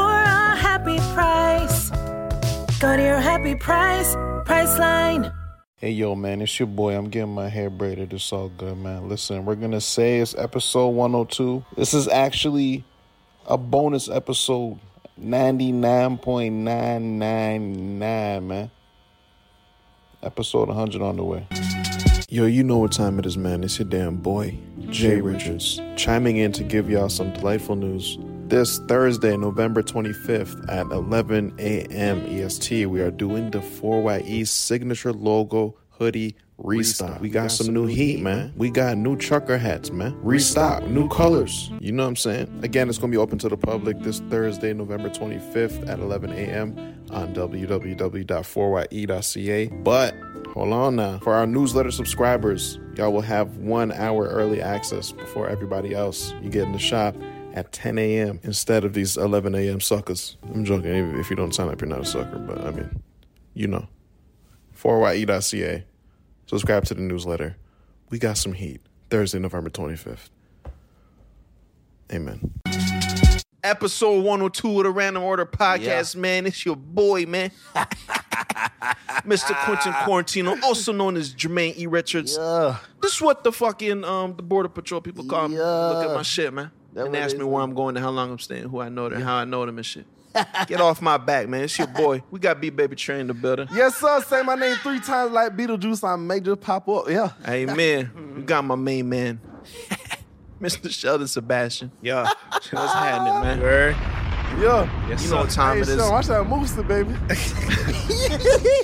a happy price. Go to your happy price, Priceline. Hey yo man, it's your boy. I'm getting my hair braided. It's all good, man. Listen, we're gonna say it's episode 102. This is actually a bonus episode. 99.999, man. Episode 100 on the way. Yo, you know what time it is, man. It's your damn boy, Jay Richards, chiming in to give y'all some delightful news. This Thursday, November 25th at 11 a.m. EST, E we are doing the 4YE signature logo hoodie restock. We got some new heat, man. We got new trucker hats, man. Restock, new colors. You know what I'm saying? Again, it's going to be open to the public this Thursday, November 25th at 11 a.m. on E www.4ye.ca. But Hold on now. For our newsletter subscribers, y'all will have one hour early access before everybody else. You get in the shop at 10 a.m. instead of these 11 a.m. suckers. I'm joking. If- If you don't sign up, you're not a sucker. But I mean, you know. E 4ye.ca. Subscribe to the newsletter. We got some heat. Thursday, November 25th. Amen. Episode 102 of the Random Order Podcast, man. It's your boy, man. Mr. Quentin Quarantino, also known as Jermaine E. Richards. Uh, This is what the fucking um the border patrol people call me. Look at my shit, man. and ask me where I'm going and how long I'm staying, who I know and how I know them and shit. Get off my back, man. It's your boy. We got B Baby Train in the building. Yes, sir. Say my name three times like Beetlejuice. I may just pop up. Yeah. Amen. we got my main man, Mr. Sheldon Sebastian. Yeah. What's happening, man? Yeah. You know what time Hey, it is. Sean, watch that Moose, baby.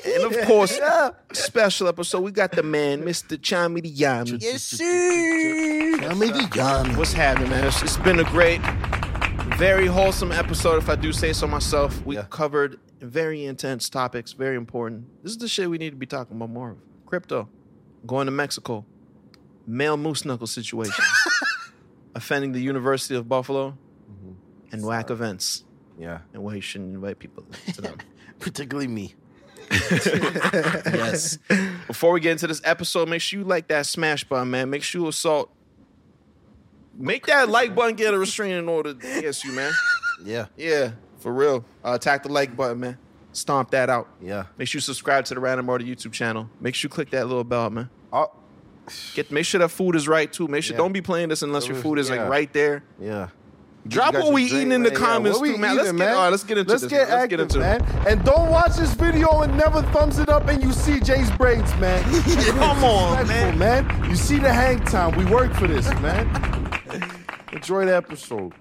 And of course, special episode. We got the man, Mr. Chami the Yami. Yes, sir. Chami the Yami. What's happening, man? It's- it's been a great, very wholesome episode, if I do say so myself. We covered very intense topics, very important. This is the shit we need to be talking about more of. Crypto, going to Mexico, male moose knuckle situation, offending the University of Buffalo, and whack events, Yeah. and why you shouldn't invite people to them. Particularly me. yes. Before we get into this episode, make sure you like that smash button, man. Make sure you assault. Make that like button get a restraining order against you, man. Yeah. Yeah, for real. Uh, attack the like button, man. Stomp that out. Yeah. Make sure you subscribe to the Random Order YouTube channel. Make sure you click that little bell, man. Oh, Get make sure that food is right too. Make sure Yeah. don't be playing this unless your Yeah. food is like right there. yeah. Drop You got what we your drink eating in the right here. comments What we too, man. Let's eating, get man? all right, let's get into Let's this. Get man. active, let's get into man. it. And don't watch this video and never thumbs it up and you see Jay's braids, man. Come on, man. Respectful, man. You see the hang time. We work for this, man. Enjoy the episode.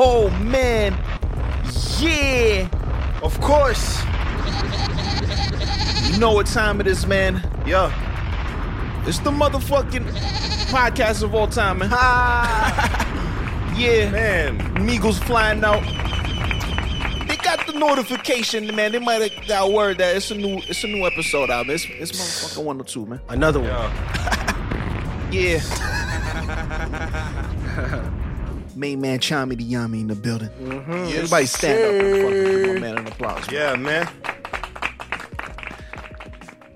Oh man, yeah. Of course. You know what time it is, man. Yeah. It's the motherfucking podcast of all time, man. yeah. Man. Migos flying out. They got the notification, man. They might have got word that it's a new it's a new episode out. man. It's it's motherfucking 102, man. Another one. Yeah. Main man Chami the Yami in the building. Everybody stand up and fucking give my man an applause. man. Mm-hmm. Yeah, man.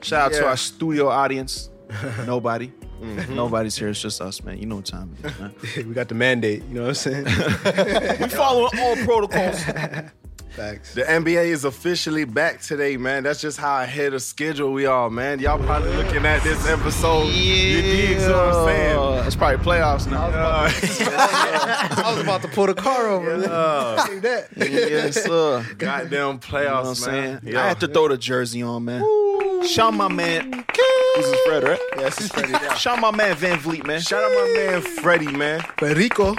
Shout out to Yeah. Mm-hmm. our studio audience. Nobody. Nobody's here. It's just us, man. You know what time it is, man. We got the mandate. You know what I'm saying? we following all protocols. Facts. The NBA is officially back today, man. That's just how ahead of schedule we are, man. Y'all probably looking at this episode. You dig what I'm saying? It's probably playoffs now. I was about to pull the car over. Uh, Take that. yes, sir. goddamn You know what playoffs, I'm man. saying? I had to throw the jersey on, man. Shout my man. This is Fred, right? Yes, it's Freddie. yeah. Shout my man Van Vliet, man. Shout out my man Freddie, man. Perico.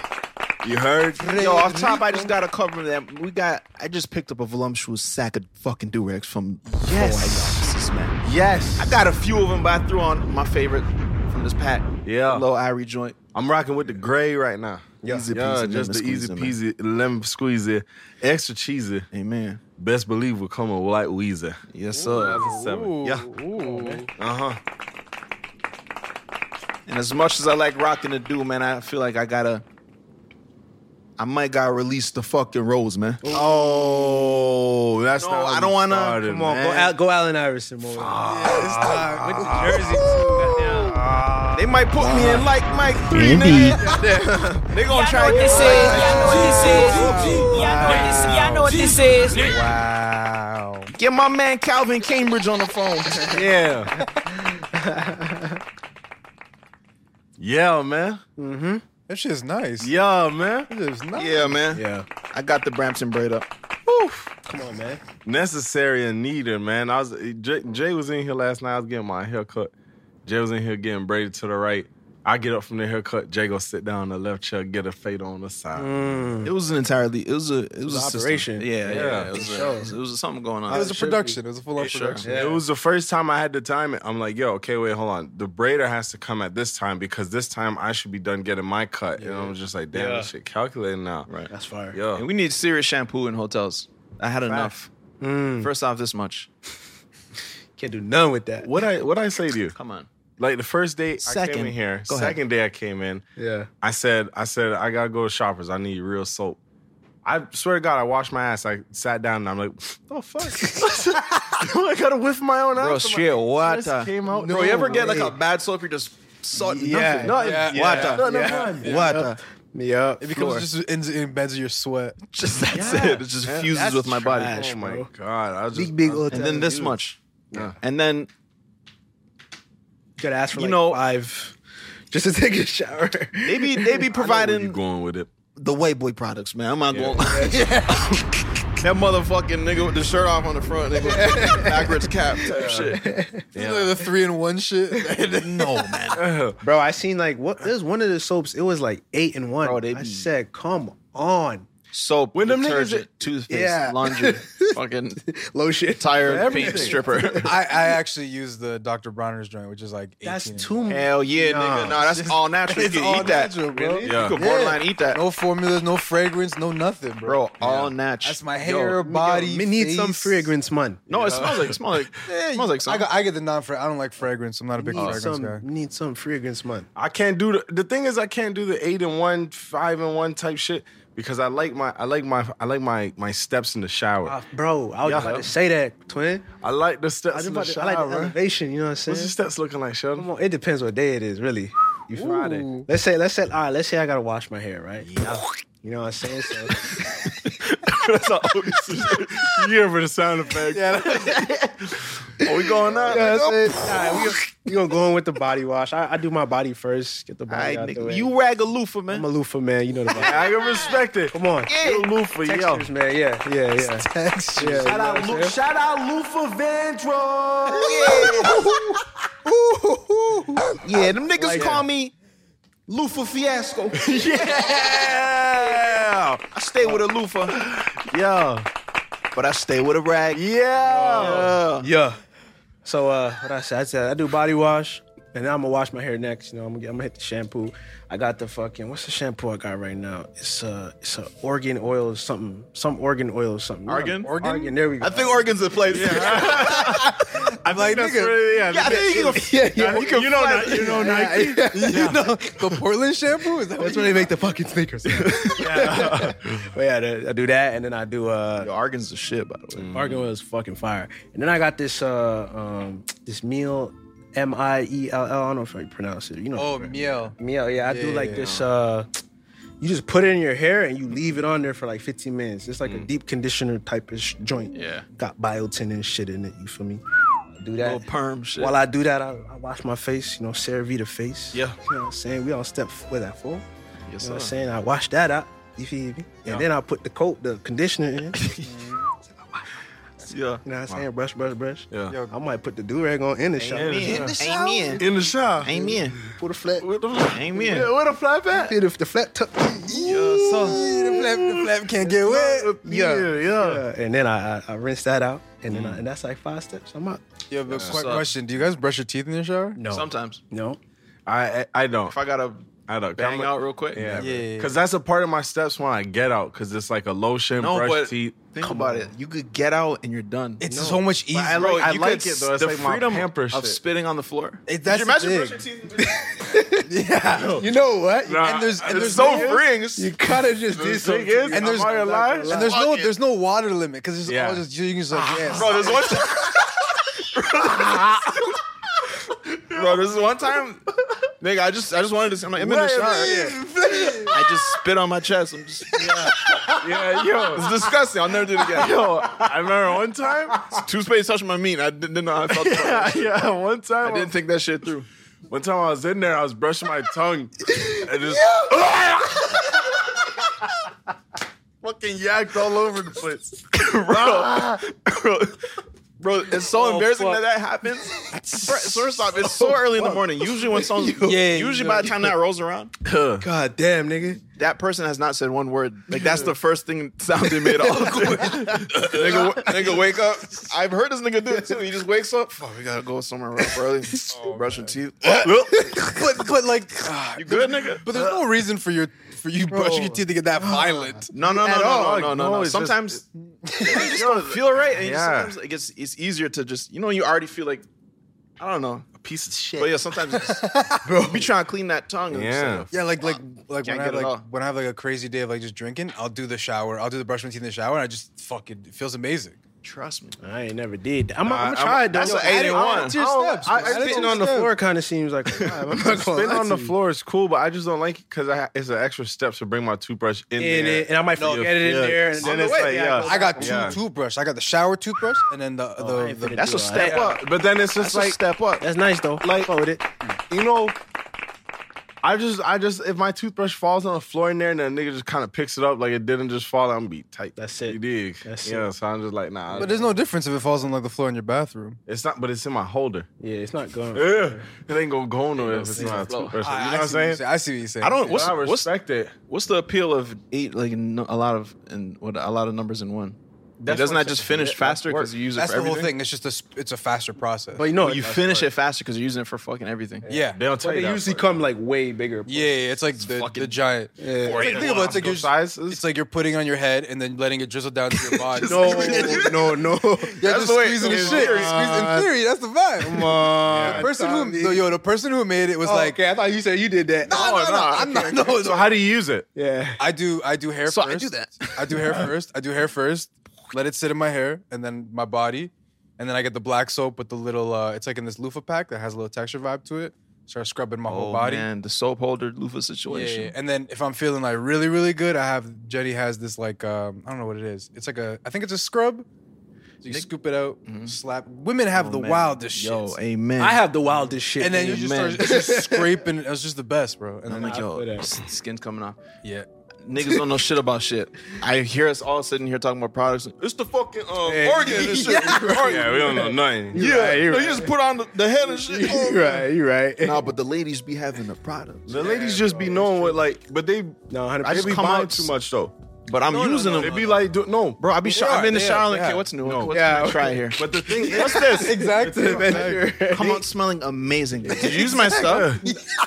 You heard? Yo, off top, I just gotta cover that. We got. I just picked up a voluptuous sack of fucking Durex from yes. offices, man. Yes. I got a few of them, but I threw on my favorite from from this pack. Yeah. Low Irie joint. I'm rocking with the gray right now. Yeah. Easy yeah, peasy, just the lemon easy squeezy, peasy lemon squeezy, extra cheesy. Amen. Best believe will come a white Weezer. Yes, sir. Seven. Yeah. Uh huh. And as much as I like rocking the do, man, I feel like I gotta. I might gotta release the fucking rose, man. Oh, that's No, not. how I don't we wanna- started, come on, Go, man. Al, go Allen Iverson more. Ah. Yeah, it's time. Went to Jersey too. Goddamn. They might put me in like Mike 3 nigga. they gonna try to get Y'all know what this is. Wow. Get my man Calvin Cambridge on the phone. Yeah. yeah, man. That shit's nice. Yeah, man. That shit's nice. yeah, man. Yeah. I got the Brampton braid up. Come on, man. necessary and needed, man. I was Jay, Jay was in here last night. I was getting my haircut. Jay was in here getting braided to the right. I get up from the haircut. Jay go sit down in the left chair, get a fade on the side. Mm. It was an entirely. It was a. It was, was a an system. operation. Yeah, yeah. Yeah. It, was a, it was- it was something going on. It was a production. It was a full on production. It was the first time I had to time it. I'm like, yo, okay, wait, hold on. The braider has to come at this time because this time I should be done getting my cut. And I'm just like, damn, this shit calculating now. Right. That's fire. Yo. And we need serious shampoo in hotels. I had enough. Mm. First off, this much. Can't do none with that. what I what I say to you? Come on. Like the first day I Second. came in here, Go ahead. second day I came in, Yeah. I said, I said, I gotta go to Shoppers. I need real soap. I swear to God, I washed my ass. I sat down and I'm like, oh fuck, I gotta whiff my own ass. Bro, I'm straight like, water. this came out. No Bro, you ever get like way. a bad soap? You're just salt. Yeah, Nothing. Nothing. yeah, water. yeah, No, no, yeah. none. Yeah. Water. Yeah. It becomes just ends in beds of your sweat. Just that's it. It just fuses That's with my body. trash, Oh my bro. God, I was just Big, big old And then this much. And then Gotta ask for You like know- five just to take a shower. they be they be providing. Where you providing going with it? the white boy products, man. I'm not going. that motherfucking nigga with the shirt off on the front, nigga, with backwards cap type shit. Like the three in one shit. No man. Bro, I seen like what there's one of the soaps, it was like eight and one. Bro, they I be- said, come on. Soap, When them niggas detergent, that- toothpaste, Yeah. laundry, fucking Lotion. tire, Everything. paint, stripper. I, I actually use the Dr. Bronner's joint, which is like 18. That's too much. Hell yeah, Nah. nigga. Nah, that's all natural. You It's can all eat that. natural, bro. You Yeah. could borderline eat that. No formulas, no fragrance, no nothing, bro. Bro, all natural. That's my hair, body. Me need some face. fragrance man. No, it smells like it smells like it smells like I, something. got, I get the non fragrance. I don't like fragrance. I'm not a big Need fragrance some guy. need some fragrance man. I can't do the, the thing is I can't do the eight and one, five and one type shit because I like my I like my I like my my steps in the shower. Uh, bro, I was Yeah. about to say that, twin. I like the I, steps was in the about to, shower. I like the man. elevation, you know what I'm saying? What's the steps looking like, Sheldon? Come on, it depends what day it is, really. You feel Friday. me? Let's say, let's say, all right, let's say I gotta wash my hair, right? You know what I'm saying? So That's all. you hear for the sound effect. Yeah. Are we going out? Yeah, that's it. All right, we, we gonna go in with the body wash. I, I do my body first. Get the All body right, out the nigga. way. You rag a loofah, I'm a man. loofah man. You know the vibe. I can respect it. Come on, Yo, Lufa, yo. textures, man. Yeah, yeah, yeah. Texture. yeah Shout out, Lu- shout out Lufa Ventro. Yeah, them niggas call me loofah fiasco. yeah. I stay with a loofah, Yo. but I stay with a rag. Yeah. Yeah. yeah. So uh, what I said, I said I do body wash, and then I'm gonna wash my hair next. You know, I'm gonna, get, I'm gonna hit the shampoo. I got the fucking what's the shampoo I got right now? It's uh it's a organ oil or something, some organ oil or something. Argan? Organ, Argan. There we go. I think Oregon's the place. Yeah, I'm like, nigga. really, I think you can. Yeah, yeah. You, can you know, fly- Ni- you know Nike. You know, the Portland shampoo? Is that what that's where they make the fucking sneakers. yeah. but yeah, the- I do that, and then I do uh. Yo, Argan's the shit, by the way. Argan was fucking fire. And then I got this uh um this meal M I E L L. I don't know if I pronounce it. You know. Oh, miel. meal. Yeah, I do Yeah, like yeah, this uh you just put it in your hair and you leave it on there for like 15 minutes. It's like a deep conditioner type of sh- joint. Mm. Yeah. Got biotin and shit in it, you feel me? I do Little that. perm shit. While I do that, I, I wash my face, you know, CeraVe face. Yeah. You know what I'm saying? We on step f- with that four. yes, You know what sir. I'm saying? I wash that out. You feel me? And then I put the coat, the conditioner in. You Mm, Yeah. know what I'm saying? Brush, brush, brush. Yeah. Yo, I might put the do rag on in the shower. Amen. In the shower. Amen. Put a flat, What the fuck? Amen. Yeah, where the flap at? the the flat tuck. Yes, sir. the flap, the flap can't get wet. Yeah, yeah. Uh, and then I, I, I rinse that out, and then I, and that's like five steps. I'm out. Yo, but quick up? question. Do you guys brush your teeth in the shower? No, Sometimes. no. I I, I don't. If I gotta I don't. bang I'm a- out real quick, Yeah, never. Yeah. Because that's a part of my steps when I get out. Because it's like a lotion, No, brush but teeth. think about it. You could get out and you're done. It's so much easier. I like- Bro, I you like could- it, though. It's the like my freedom pamper of shit. spitting on the floor. It- that's Could the you imagine thing. brushing teeth? yeah. You know what? Nah, and there's and it's there's so no- freeing. It's- You kinda just The did thing something. is, and there's am I alive? and there's no Fuck it. Ah, there's no water limit because it's Yeah. all just you can just like yes. Bro, there's one time. Bro, this is one time. Nigga, I just I just wanted to. I'm like, I'm in the Wait, shower. please, I just spit on my chest. I'm just. Yeah, yo, It's disgusting. I'll never do it again. yo. I remember one time. Toothpaste touched my meat. I didn't, didn't know how I felt. about yeah, it. yeah, one time. I didn't think that shit through. One time I was in there, I was brushing my tongue, and just Fucking yacked all over the place, bro. bro. Bro, it's so Oh, embarrassing that that happens. Bro, First off, it's so early in the morning. Usually, when someone, Yeah, usually you by know. the time that rolls around, God damn nigga. that person has not said one word. Like that's the first thing sound they made all quick. nigga, w- nigga, wake up. I've heard this nigga do it too. He just wakes up. Fuck, we gotta go somewhere rough early. brushing teeth. But but like ah, you good, nigga? but there's no reason for your for you brushing your teeth to get that violent. No, no, no, At no, all. no, no, no, No, no. it's just- Sometimes you just don't feel right, and you just, Yeah. sometimes it gets it's easier to just you know you already feel like I don't know. a piece of shit. But yeah, sometimes it's, bro, be trying to clean that tongue. and it's Yeah. like, Yeah, like like like Can't when I get have it like all. when I have like a crazy day of like just drinking, I'll do the shower, I'll do the brushing my teeth in the shower, and I just fucking it feels amazing. Trust me. I ain't never did. that. I'm, Nah, I'm I'm- gonna try it though. that's Yo, an add eight it- in add one. it to your Oh, steps, I- I bro. Add it to spitting your on the steps. floor kind of seems like I'm not gonna Spitting lie on the to you. floor is cool, but I just don't like it because I, it's an extra step to bring my toothbrush in, in there. it, and I might No, forget it in yeah. there, and On then the it's way, like, yeah, go yeah, I got two Yeah. toothbrush. I got the shower toothbrush and then the I the, ain't the, finna That's do a that. step up. But then it's just That's like a step up. That's nice though. Like, with it. you know, I just, I just, if my toothbrush falls on the floor in there and then nigga just kind of picks it up like it didn't just fall, I'm gonna be tight. That's it. You dig? That's yeah. So I'm just like, nah. But there's no difference if it falls on like the floor in your bathroom. it's not. But it's in my holder. Yeah, it's not going. Yeah. It ain't gonna go nowhere if it's not a toothbrush. You know what I'm saying? Ah, I see what you're saying. I don't. But What's, I what's, respect it. what's the appeal of eight like no, a lot of and what a lot of numbers in one? That's doesn't what that I'm just saying. finish That's faster work. because you use it That's for the whole everything? thing. It's just a sp- it's a faster process. But you know, You that's finish it faster because you're using it for fucking everything. yeah, They don't tell But you they that, usually but- come like way bigger. yeah, yeah, it's like the, fucking the giant. It's like, think about it, it's like you're just- sizes. it's like you're putting on your head and then letting it drizzle down to your body. No, no, no. Yeah, That's just the way- squeezing the in shit. theory. Squeeze- in theory, that's the vibe. Come on. The person who, the, yo, the person who made it was Oh, like, I thought you said you did that. no, no, no, I'm not. No, So how do you use it? Yeah. I do, I do hair So first. I do that. I do hair first. I do hair first. Let it sit in my hair and then my body, and then I get the black soap with the little. Uh, it's like in this loofah pack that has a little texture vibe to it. Start scrubbing my Oh whole body. man, the soap holder loofah Yeah, yeah, situation. yeah. and then if I'm feeling like really, really good, I have Jenny has this like um, I don't know what it is. It's like a I think it's a scrub. So you scoop it out, slap. Women have Mm-hmm. the Oh, Man. wildest shit. Yo, amen. I have the wildest shit. and then you just Amen. start it's just scraping. It was just the best, bro. And I'm then like, yo, feel that. s- skin's coming off. yeah, Niggas don't know shit about shit. I hear us all sitting here talking about products. It's the fucking um, Hey. organ and shit. Yeah, we don't know nothing. Yeah, you just put on the, the head and shit. Oh, right, you right. Nah, but the ladies be having the products. The ladies just be knowing what like, but they No, I just 100%. be come buying out- too much though. But I'm No, no, using no, them. They be like, do, no, bro, I be Sure, shot. I'm in the yeah, shower like, yeah. okay, what's new? No. What's Yeah. yeah, try here. But the thing, is- what's this? exactly. Come out smelling amazing. Did you use my stuff?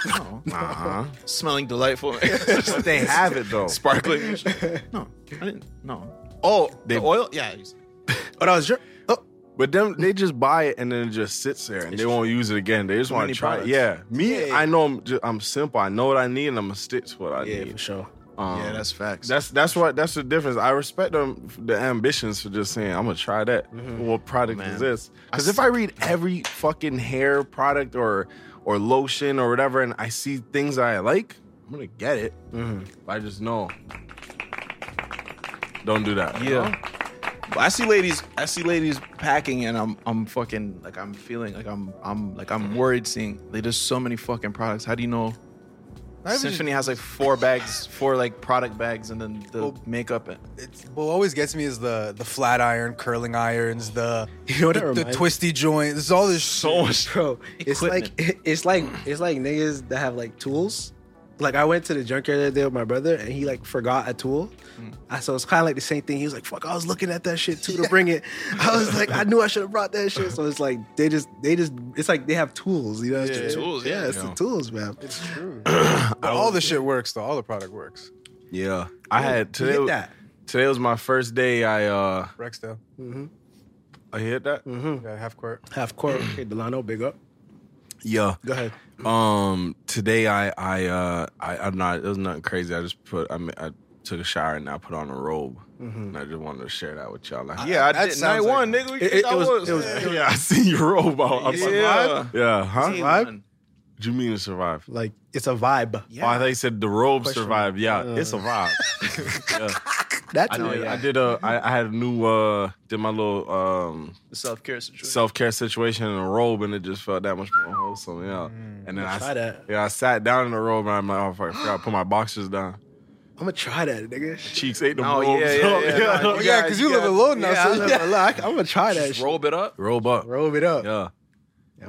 no. Uh-huh. Smelling delightful. But they have it though. Sparkling. and shit. No, I didn't. No. Oh, the oil? Yeah. I used it. Oh, that was your. Oh, But them, they just buy it and then it just sits there and they won't use it again. They just want many to try. It. products. Yeah, me, I know I'm, just, I'm simple. I know what I need and I'm gonna stick to what I yeah, for need. sure. Um, Yeah, that's facts. That's that's what that's the difference. I respect them the ambitions for just saying I'm gonna try that. What product Man. is this? Because if I read every fucking hair product or or lotion or whatever, and I see things I like, I'm gonna get it. I just know. Don't do that. Yeah. But I see ladies, I see ladies packing, and I'm, I'm fucking like I'm feeling like I'm, I'm like I'm worried. Seeing like there's so many fucking products. How do you know? Symphony has like four bags, four like product bags, and then the Well- makeup. And, It's, what always gets me is the the flat iron, curling irons, the know what that the, the reminds- twisty joint. There's all this so Bro, it's like Equipment. it's like it's like niggas that have like tools Like I went to the junkyard the other day with my brother, and he like forgot a tool. Mm. I so it's kind of like the same thing. He was like, "Fuck, I was looking at that shit too to bring it." I was like, "I knew I should have brought that shit." So it's like they just, they just, it's like they have tools, you know? It's Yeah, just- tools, yeah, yeah, it's you the know. tools, man. But all the shit works though. All the product works. Yeah, I had you today. hit was- that. Today was my first day. I uh, Rexdale. I hit that. Mm-hmm. Yeah, half court. Half court, okay, Delano, big up. Yeah. Go ahead. Um, today I I uh I, I'm not. It was nothing crazy. I just put I mean, I took a shower and I put on a robe. And I just wanted to share that with y'all. Like, yeah, I that did night sounds one, like- nigga. We, It- it- I it was- was, it was- yeah, I seen your robe. out. I'm Yeah. survived. Yeah, huh? Team What one. do you mean to survive? Like it's a vibe. Oh, I thought you said the robe survived. Yeah, it survived. That's I it. did, I did a I, I had a new uh did my little um The self care situation. self care situation in a robe, and it just felt that much more wholesome. Yeah, and then I, try that. yeah I sat down in the robe, and I'm like, oh fuck, I forgot to put my boxers down. I'm gonna try that, nigga. Cheeks ate the Oh, robes. yeah, yeah, up. yeah. No, Oh, yeah, because you live alone now. I so live a lot. I'm gonna try that. Just Shit. robe it up. robe up. Robe it up. Yeah.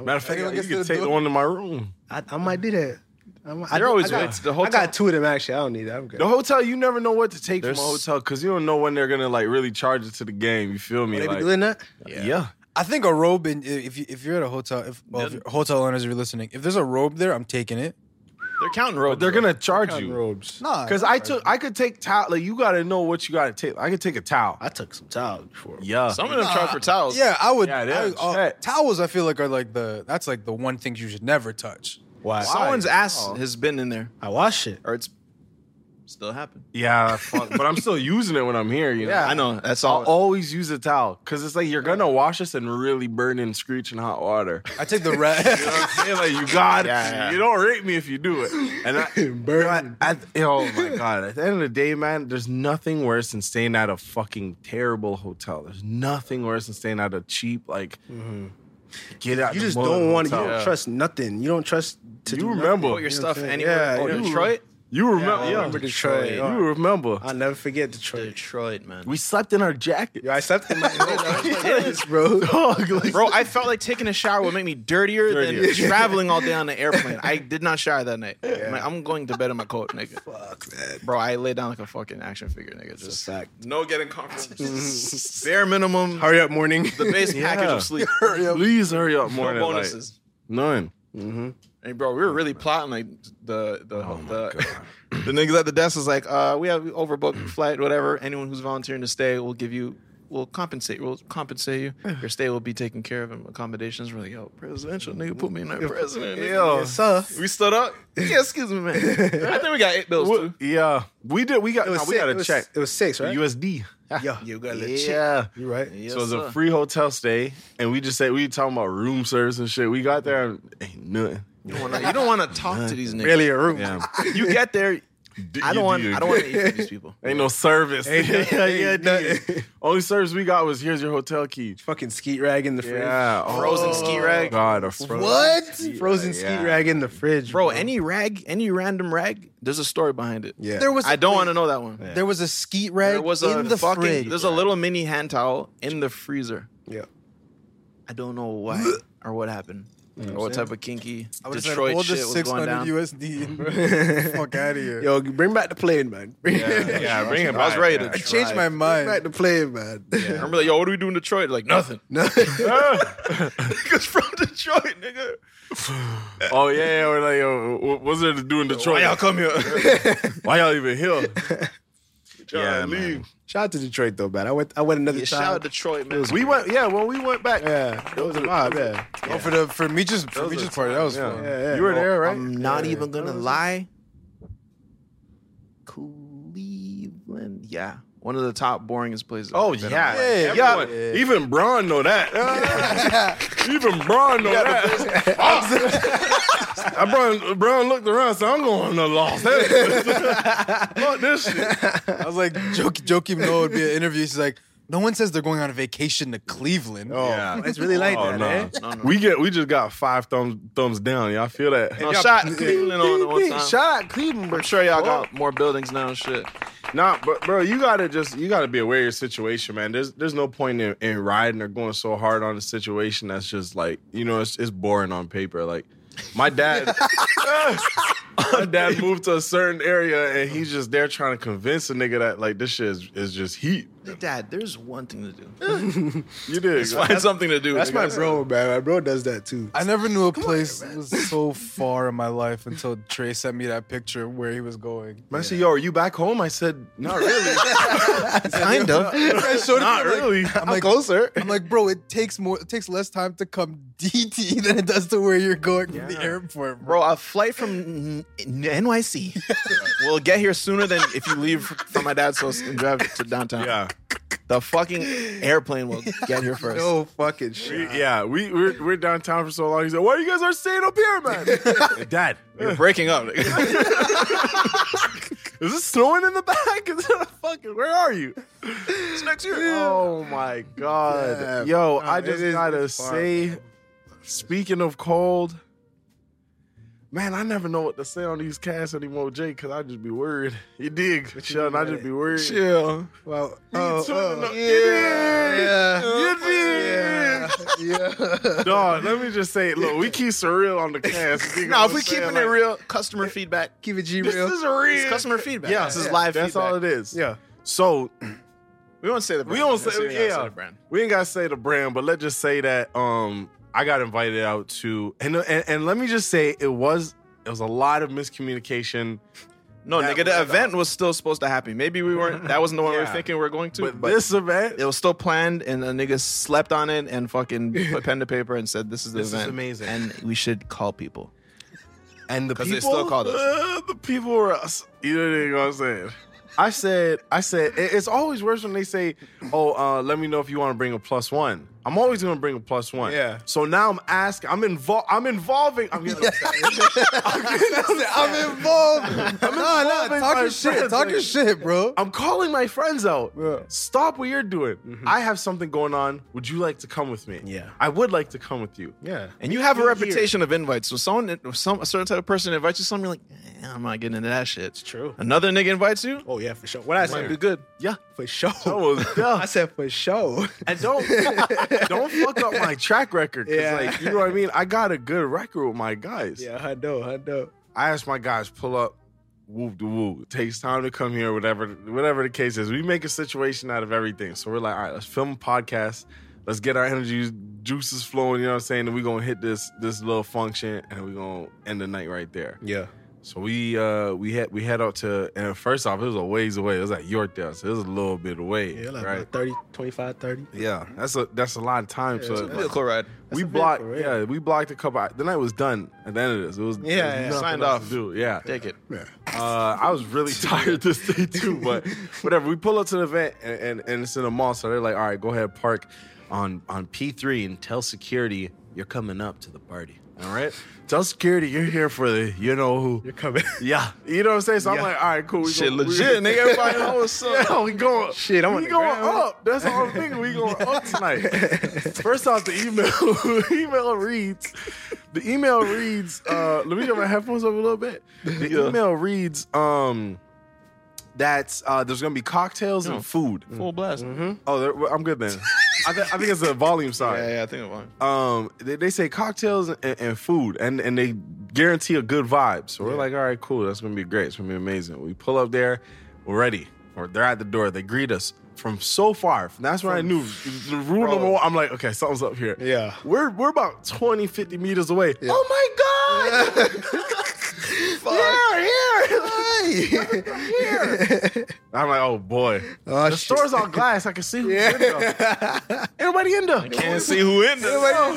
Matter of fact, Everyone you gets to can take do the it. one to my room. I, I might do that. I might, I, You're always I right. got, The I hotel- got two of them actually. I don't need that. I'm good. The hotel, you never know what to take There's- from a hotel because you don't know when they're gonna like really charge it to the game. You feel me? they be Like, doing that. yeah. I think a robe. In, if you if you're at a hotel, if, well, if you're- hotel owners, if you're listening, if there's a robe there, I'm taking it. They're counting robes. they're bro. gonna charge you. Robes. Nah, Cause I took, I could take towel. Like you gotta know what you gotta take. I could take a towel. I took some towels before. Yeah, Some of them charge for towels. yeah, I would. Oh, Yeah, I, they're uh, shit. towels, I feel like are like the that's like the one thing you should never touch. Why? Someone's ass has been in there, I wash it. or it's still happened. yeah, fuck, but I'm still using it when I'm here. You know? I know. That's I'll all. always use a towel because it's like you're gonna wash this in really burning, screeching hot water. I take the You red. know what I'm saying? Like you got it. Yeah, yeah. You don't rate me if you do it. And I, Burn. I- oh my god! At the end of the day, man, there's nothing worse than staying at a fucking terrible hotel. There's nothing worse than staying at a cheap like. Get out. Mm-hmm. You the just mud don't want to. You hotel. don't trust nothing. You don't trust to You do nothing. remember. Put your stuff saying? anywhere. Yeah, oh, you- Detroit. You remember? I Yeah, remember Detroit. You Yeah. remember? I'll never forget Detroit. Detroit, man. we slept in our jackets. Yo, I slept in my yes, bro. Dog, like- Bro, I felt like taking a shower would make me dirtier, Dirtier. than traveling all day on the airplane. I did not shower that night. I'm, like, I'm going to bed in my coat, nigga. Fuck that. Bro, I lay down like a fucking action figure, nigga. Just fact. no getting comfortable. Bare minimum, Hurry up, morning. the base package Yeah. of sleep. Please hurry up, No more than, like, bonuses. none. Hey, bro, we were really plotting like the the my the, the niggas at the desk was like, uh, we have overbooked your flight, whatever. Anyone who's volunteering to stay, we'll give you, we'll compensate, we'll compensate you. Your stay will be taken care of, and accommodations. We're like, yo, presidential nigga, put me in that president. nigga. Yes, sir. we stood up. Yeah, excuse me, man. I think we got eight bills Wh- too. Yeah, we did. We got. It was nah, we six- got it to was- check It was six, right? USD. yeah. You got to check. Yeah. You right? Yes, So it was sir. a free hotel stay, and we just said we talking about room service and shit. We got there and ain't nothing. You don't wanna- you don't want to talk to these niggas. Really a room. Yeah, You get there. I don't want. I don't want to eat for these people. Ain't no service. yeah, yeah, nothing. dude. Only service we got was here's your hotel key. Fucking skeet rag in the fridge. Yeah, oh, Frozen ski rag. God, a frozen Frozen yeah. skeet rag in the fridge, Bro, any rag, any random rag, there's a story behind it. Yeah. There was I don't want to know that one. There was a skeet rag There was a in the fucking. fridge. There's a little mini hand towel in the freezer. Yeah. I don't know why or what happened or what type of kinky I would've said, Detroit hold the shit was going down. 600 USD. and fuck out of here. Yo, bring back the plane, man. Bring Yeah, bring it I was back, ready yeah. to I changed my try. back mind. the plane, man. I'm like, yo, what do we do in Detroit? Like nothing. Niggas from Detroit, nigga. Oh yeah, yeah, we're like, yo, what- what's there to do in Detroit? Why y'all come here? Why y'all even here? Y'all Yeah, leave. man. Shout out to Detroit though, man. I went. I went another Yeah, time. shout out Detroit, man. We went, yeah. When we went back, yeah, it was a vibe. Yeah, Oh, for the for me just for me just party, that was Yeah. fun. yeah, yeah. you were there, right? I'm not even gonna lie. Cleveland, yeah, one of the top boringest places. Oh I've been yeah, on. yeah, everyone. Even Braun know that. even Braun know that. I Braun, Braun looked around, so I'm going to Los Angeles. Fuck this shit. I was like, Joke Joakim Noah would be an interview. She's like, no one says they're going on a vacation to Cleveland. Oh, Yeah. It's really like Oh, that, no. eh? No, no. We get, we just got five thumbs, thumbs down. Y'all feel that? No, shot Cleveland on the one time. Shout out Cleveland, I'm bro. sure y'all got more buildings now and shit. Nah, but bro, you gotta just you gotta be aware of your situation, man. There's there's no point in, in riding or going so hard on a situation that's just like you know it's it's boring on paper. Like My dad, my dad moved to a certain area, and he's just there trying to convince a nigga that like this shit is, is just heat. Dad, there's one thing to do. You did. Find something to do. That's my nigga. bro, man. My bro does that too. I never knew a place was so far in my life until Trey sent me that picture of where he was going. I said, "Yo, are you back home?" I said, "Not really." Kind of. I showed it to Not him, like- really. I'm like closer. I'm like, bro, it takes more, it takes less time to come DT than it does to where you're going from the airport, bro. Bro, a flight from N- N- NYC will get here sooner than if you leave from my dad's house and drive to downtown. yeah. The fucking airplane will get here first. No fucking shit. We- yeah, we we're, we're downtown for so long. He said, "Why you guys are staying up here, man?" Dad, You're breaking up. is it snowing in the back? Is it fucking? Where are you? It's next year. Oh my god, Yeah. yo! No, I it just is- gotta it's far. say, speaking of cold, man, I never know what to say on these casts anymore, Jake, because I just be worried. You dig, Sheldon? I just be worried. Chill. Well, oh, turning up. oh, yeah, You dig? yeah, yeah. Dog, let me just say, look, we keep surreal on the cast. You know no, what if we're I'm saying? keeping Like, it real, customer feedback. Keep it G this real. is real. It's customer feedback. Yeah, this is live That's feedback. all it is. Yeah. So We won't say the brand. we don't That's say it, we don't yeah. the brand. We ain't gotta say the brand, but let's just say that um I got invited out to and and, and let me just say it was it was a lot of miscommunication. No, That nigga, the was- event was still supposed to happen. Maybe we weren't. That wasn't the one we were Yeah. thinking we were going to. But, this event it was still planned, and a nigga slept on it and fucking put pen to paper and said, "This is the This is event." amazing. and we should call people. and the 'Cause they still called us. uh, the people were us. You know what I'm saying? I said, I said, it- it's always worse when they say, "Oh, uh, let me know if you want to bring a plus one." I'm always gonna bring a plus one. Yeah. So now I'm asking, I'm involved, I'm involving, I'm getting upset. I'm involved. I'm no, no, involved talk in your my shit. friends, Talk your like- shit, bro. I'm calling my friends out. Yeah. Stop what you're doing. I have something going on. Would you like to come with me? Yeah. I would like to come with you. Yeah. And you have a reputation of invites. So someone, if some a certain type of person invites you, something you're like, eh, I'm not getting into that shit. It's true. Another nigga invites you. Oh yeah, for sure. What I said, Right. be good. Yeah. For sure. That was I said for sure. And don't don't fuck up my track record. Cause Yeah. like, you know what I mean? I got a good record with my guys. yeah, I know, I know. I asked my guys, pull up, whoop de woo. It takes time to come here, whatever, whatever the case is. We make a situation out of everything. So we're like, all right, let's film a podcast. Let's get our energy juices flowing, you know what I'm saying? And we're gonna hit this this little function and we're gonna end the night right there. Yeah. So we uh we had we head out to and first off it was a ways away. It was like Yorkdale, so it was a little bit away. Yeah, like right? about 30, 25, 30. yeah. That's a that's a lot of time. so like, Vehicle ride. we a bit blocked for real. yeah, we blocked a couple the night was done at the end of this. It was there Yeah, was yeah. nothing Signed else off. to do. Yeah. Take it. Uh, I was really tired this day too, but whatever. We pull up to the event and, and, and it's in a mall, so they're like, "All right, go ahead, park on on P three and tell security you're coming up to the party. All right, tell security you're here for the you know who. You're coming. yeah, you know what I'm saying. So I'm like, all right, cool. We Shit, go- we- legit, nigga. Everybody know what's up. Yeah, we going. oh, Shit, I'm on we the going ground. up. That's all I'm thinking. We going up tonight. First off, the email email reads. The email reads. Uh, let me get my headphones up a little bit. The email reads. Um, that uh, there's gonna be cocktails and food. Full blast. Oh, there- well, I'm good then. I, th- I think it's the volume side Yeah, yeah. I think it was. um they, they say cocktails and, and food and and they guarantee a good vibe so we're like all right cool that's gonna be great it's gonna be amazing we pull up there we're ready or they're at the door they greet us from so far that's where i knew the rule number one i'm like okay something's up here Yeah. we're we're about 20 50 meters away oh my god Here, here. i'm like oh boy Oh, Ah, the shit. store's on glass i can see who's in there everybody in there Can't see who in there.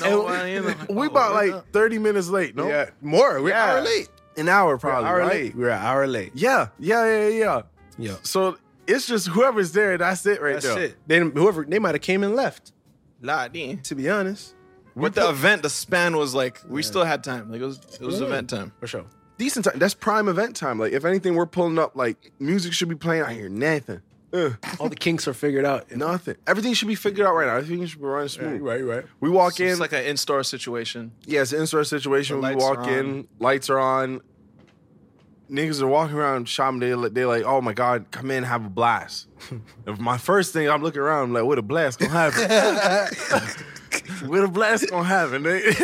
Nobody in there. we about like 30 minutes late no Oh, Yeah. More. We're Yeah. hour late. an hour probably hour right? late. We're an hour late. Yeah, yeah, yeah, yeah. Yeah. So it's just whoever's there. That's it, right That's there. it. They whoever they might have came and left, La, damn. to be honest. But the event, the span was like we still had time. Like it was, it was event time. For sure. Decent time. That's prime event time. Like if anything, we're pulling up. Like music should be playing. I hear nothing. Ugh, All the kinks are figured out. nothing. Everything should be figured out right now. Everything should be running smooth. Right, right. We walk So in. it's like an in-store situation. yeah, it's an in-store situation. The We lights walk are in. Lights are on. Niggas are walking around shopping. They li- they like, oh my god, come in, have a blast. if my first thing, I'm looking around, I'm like, what a blast gonna happen. Where the blast gonna happen? They,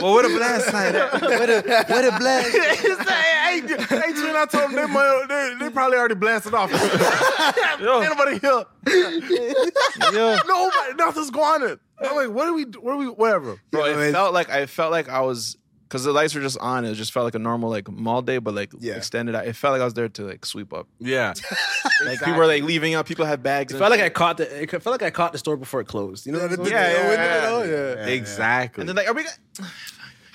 Well, what a blast side. What a what a blast. hey, hey, hey, Twin, I told them they, might, they, they probably already blasted off. Anybody here? Nobody, nothing's going on. I'm like, what are we, do- what are we, whatever. Bro, Yeah, it man. felt like I felt like I was because the lights were just on. It just felt like a normal like mall day, but like Yeah. extended. out. It felt like I was there to like sweep up. Yeah. Like people were like leaving out. People had bags. It and felt like I shit. caught the. It felt like I caught the store before it closed. You know. what I'm saying? yeah, yeah, Exactly. And then like, are we?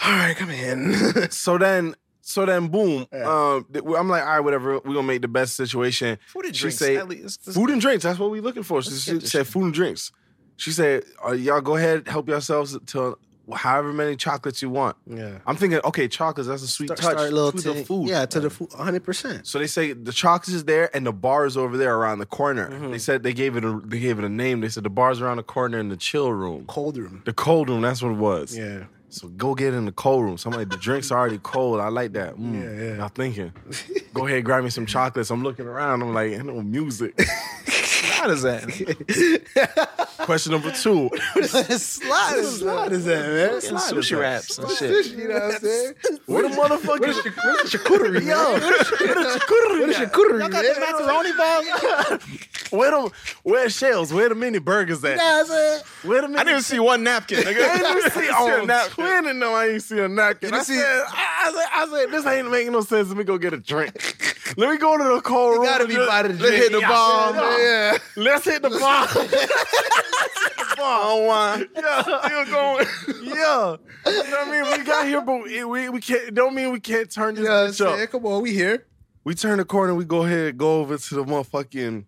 all right, come in. so then, so then, boom. Um, th- I'm like, all right, whatever. We're gonna make the best situation. Food and She drinks, say, at least. Let's food and drinks. That's what we're looking for. She, she said, food and drinks. She said, uh, y'all go ahead, help yourselves to however many chocolates you want. Yeah. I'm thinking, okay, chocolates. That's a sweet Start, touch start little to the thing. food. Yeah, to the food. 100. percent So they say the chocolates is there and the bar is over there around the corner. Mm-hmm. They said they gave it a they gave it a name. They said the bar's around the corner in the chill room. Cold room. The cold room, that's what it was. Yeah. So go get in the cold room. Somebody, the drink's already cold. I like that. Mm, Yeah, yeah. Not thinking. Go ahead, grab me some chocolates. I'm looking around. I'm like, no music. How does that? Question number two. Slide is slide is that man? Some sushi wraps and shit. You know what I'm saying? What a motherfucker. Where's the charcuterie? Yo, where's the charcuterie? Y'all got the macaroni balls. Where the where the shells? Where the mini burgers at? Where the mini I didn't even see oh, one napkin. nigga. I didn't see a on napkin. Twitter. No, I ain't see a napkin. You I, didn't see- said, I, I said, I said, this ain't making no sense. Let me go get a drink. Let me go to the cold room. gotta and be just- by the let's drink. hit the Yeah. bomb. Yeah. Yeah. Let's hit the bomb. Oh, wow. yeah, still going. yeah, you know what I mean. We got here, but we we, we can't. Don't mean we can't turn this Yeah, bitch up. come on, we here. We turn the corner. We go ahead. Go over to the motherfucking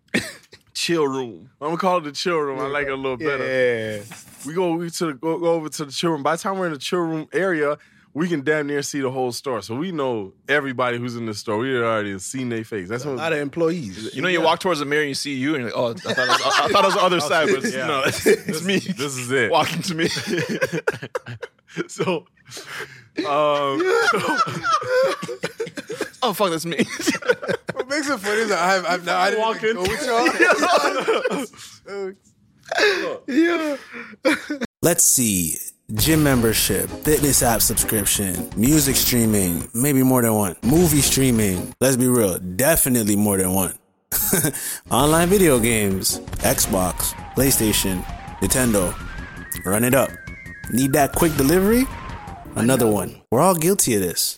chill room. I'm gonna call it the chill room. I like it a little better. Yeah. We go we to the, go, go over to the children. By the time we're in the children area, we can damn near see the whole store. So we know everybody who's in the store. We already seen their face. That's A lot what of employees. You know, you walk towards the mirror and you see you, and you're like, oh, I thought it was, I thought it was the other side, but Yeah. no, it's, it's me this is it. walking to me. So um, oh, fuck, that's me. What makes it funny is that I've, I've now, I didn't Walking. even go with y'all. Let's see. Gym membership, fitness app subscription, music streaming, maybe more than one. Movie streaming, let's be real, definitely more than one. Online video games, Xbox, PlayStation, Nintendo. Run it up. Need that quick delivery? Another one. We're all guilty of this.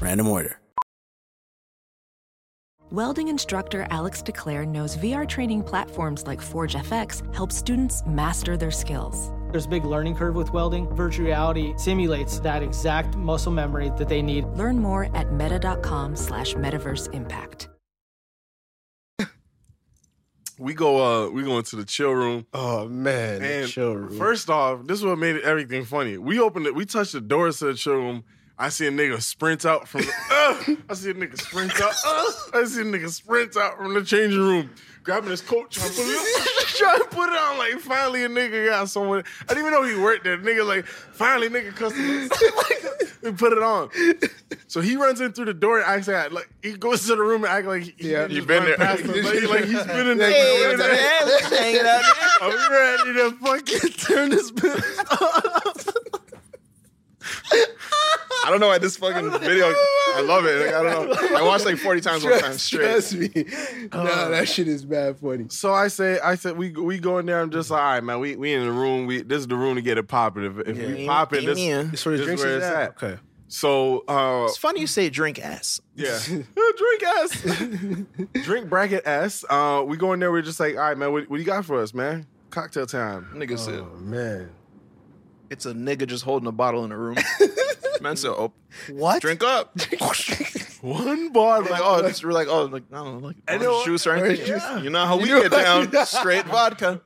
Random order. Welding instructor Alex DeClaire knows VR training platforms like Forge FX help students master their skills. There's a big learning curve with welding. Virtual reality simulates that exact muscle memory that they need. Learn more at meta.com slash metaverse impact. we go uh we go into the chill room. Oh man, the And chill room. first off, this is what made everything funny. We opened it, we touched the doors to the chill room. I see a nigga sprint out from the, uh, I see a nigga sprint out. uh, I see a nigga sprint out from the changing room, grabbing his coat, trying to put it on. trying to put it on. Like, finally a nigga got someone. I didn't even know he worked there. Nigga, like, finally nigga customers. We put it on. So he runs in through the door and acts like, like he goes to the room and act like he, Yeah, he you just been run there. past him. Like, like he's been in there. Hey, I'm ready to fucking turn this business I don't know why this fucking video. oh I love it. Like, I don't know. I watched like 40 times one time straight. Trust me. Uh, Nah, that shit is bad funny. So I say, I said, we we go in there. I'm just like, all right, man. We we in the room. We this is the room to get it popping. If, if we pop it, this, Yeah. this That's where the drinks where is it's at? at. Okay. So uh, It's funny you say drink ass. Yeah. drink ass. drink bracket ass. Uh, we go in there, we're just like, all right, man, what, what do you got for us, man? Cocktail time. Nigga said, man. It's a nigga just holding a bottle in a room. Man said, oh, What? drink up. One bar. like, oh, it's, we're like, oh, like, I don't know, like I orange know. juice or anything. Orange juice. You know how we You know get what? down, straight vodka.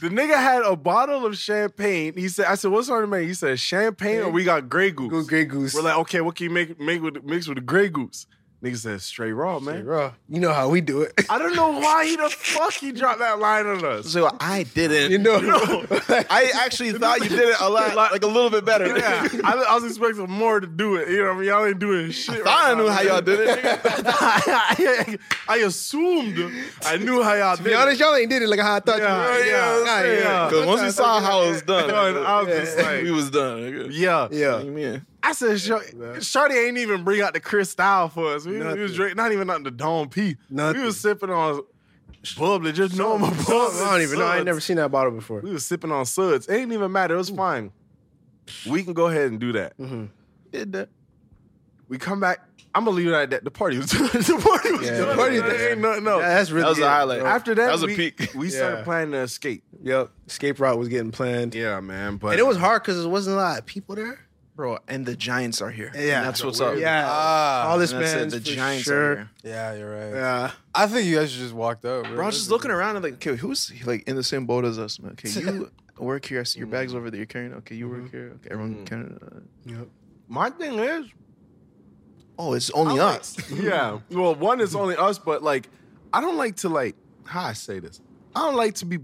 The nigga had a bottle of champagne. He said, I said, what's on the menu? He said, champagne or we got Grey Goose. Go Grey Goose. We're like, okay, what can you make, make with, mix with the Grey Goose? Nigga said, straight raw, man. Raw. You know how we do it. I don't know why he the fuck he dropped that line on us. So I didn't. You know. I actually thought you did it a lot, like a little bit better. Yeah, I, I was expecting more to do it. You know what I mean? Y'all ain't doing shit. I right knew now. how y'all did it. I, assumed I knew how y'all be did honest, y'all ain't did it like how I thought Yeah, you did. yeah, Nah, yeah. Because once we saw how it was done, No, I was just like- we was done. nigga. Yeah. What do Yeah. you mean? I said, Shor- Shorty ain't even bring out the Cristal for us. We, we was drinking, not even out the Dome P. Nothing. We was sipping on bubbly, just normal bubbly. I don't even know. I ain't never suds. seen that bottle before. We was sipping on suds. It ain't even matter. It was fine. We can go ahead and do that. Mm-hmm. Did that. We come back. I'm gonna leave it at that. The party was done. the party was done. the party- There ain't nothing else. Yeah, that's really That was it, a highlight. bro. After that, That was a we, peak. We Yeah. started planning to escape. Yep. Escape route was getting planned. Yeah, man. But And it was hard because there wasn't a lot of people there. Bro, and the Giants are here. Yeah. And that's what's up. Yeah. Ah. Uh, All this And that's man. it. The Giants sure. are here. Yeah, you're right. Yeah. I think you guys should just walked up. Bro, I was just looking around and like, okay, who's like in the same boat as us, man? Okay, you Mm. Mm-hmm. work here. I see your bags over there. You're carrying. Okay, you work here. Okay, everyone carrying. Uh, my thing is, oh, it's only us. yeah. Well, one is only us, but like, I don't like to like how I say this. I don't like to be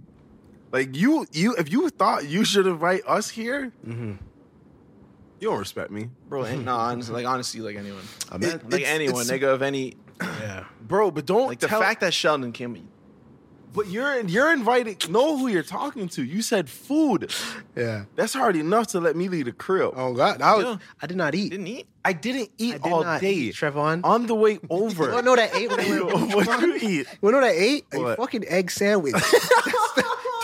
like you. You if you thought you should invite us here, Mm-hmm. you don't respect me. bro. And, no, honestly, like honestly, like anyone, mean, like it's- anyone, it's- nigga of any, Yeah. bro. But don't like the tell- fact that Sheldon came. But you're you're invited. Know who you're talking to. You said food. Yeah. That's hard enough to let me leave the crib. Oh God. I was. Yeah. I did not eat. Didn't eat. I didn't eat I did all not day. eat, Trevon. on the way over. Well, no, that ate. What what you eat? know what I ate? A What? fucking egg sandwich. that's,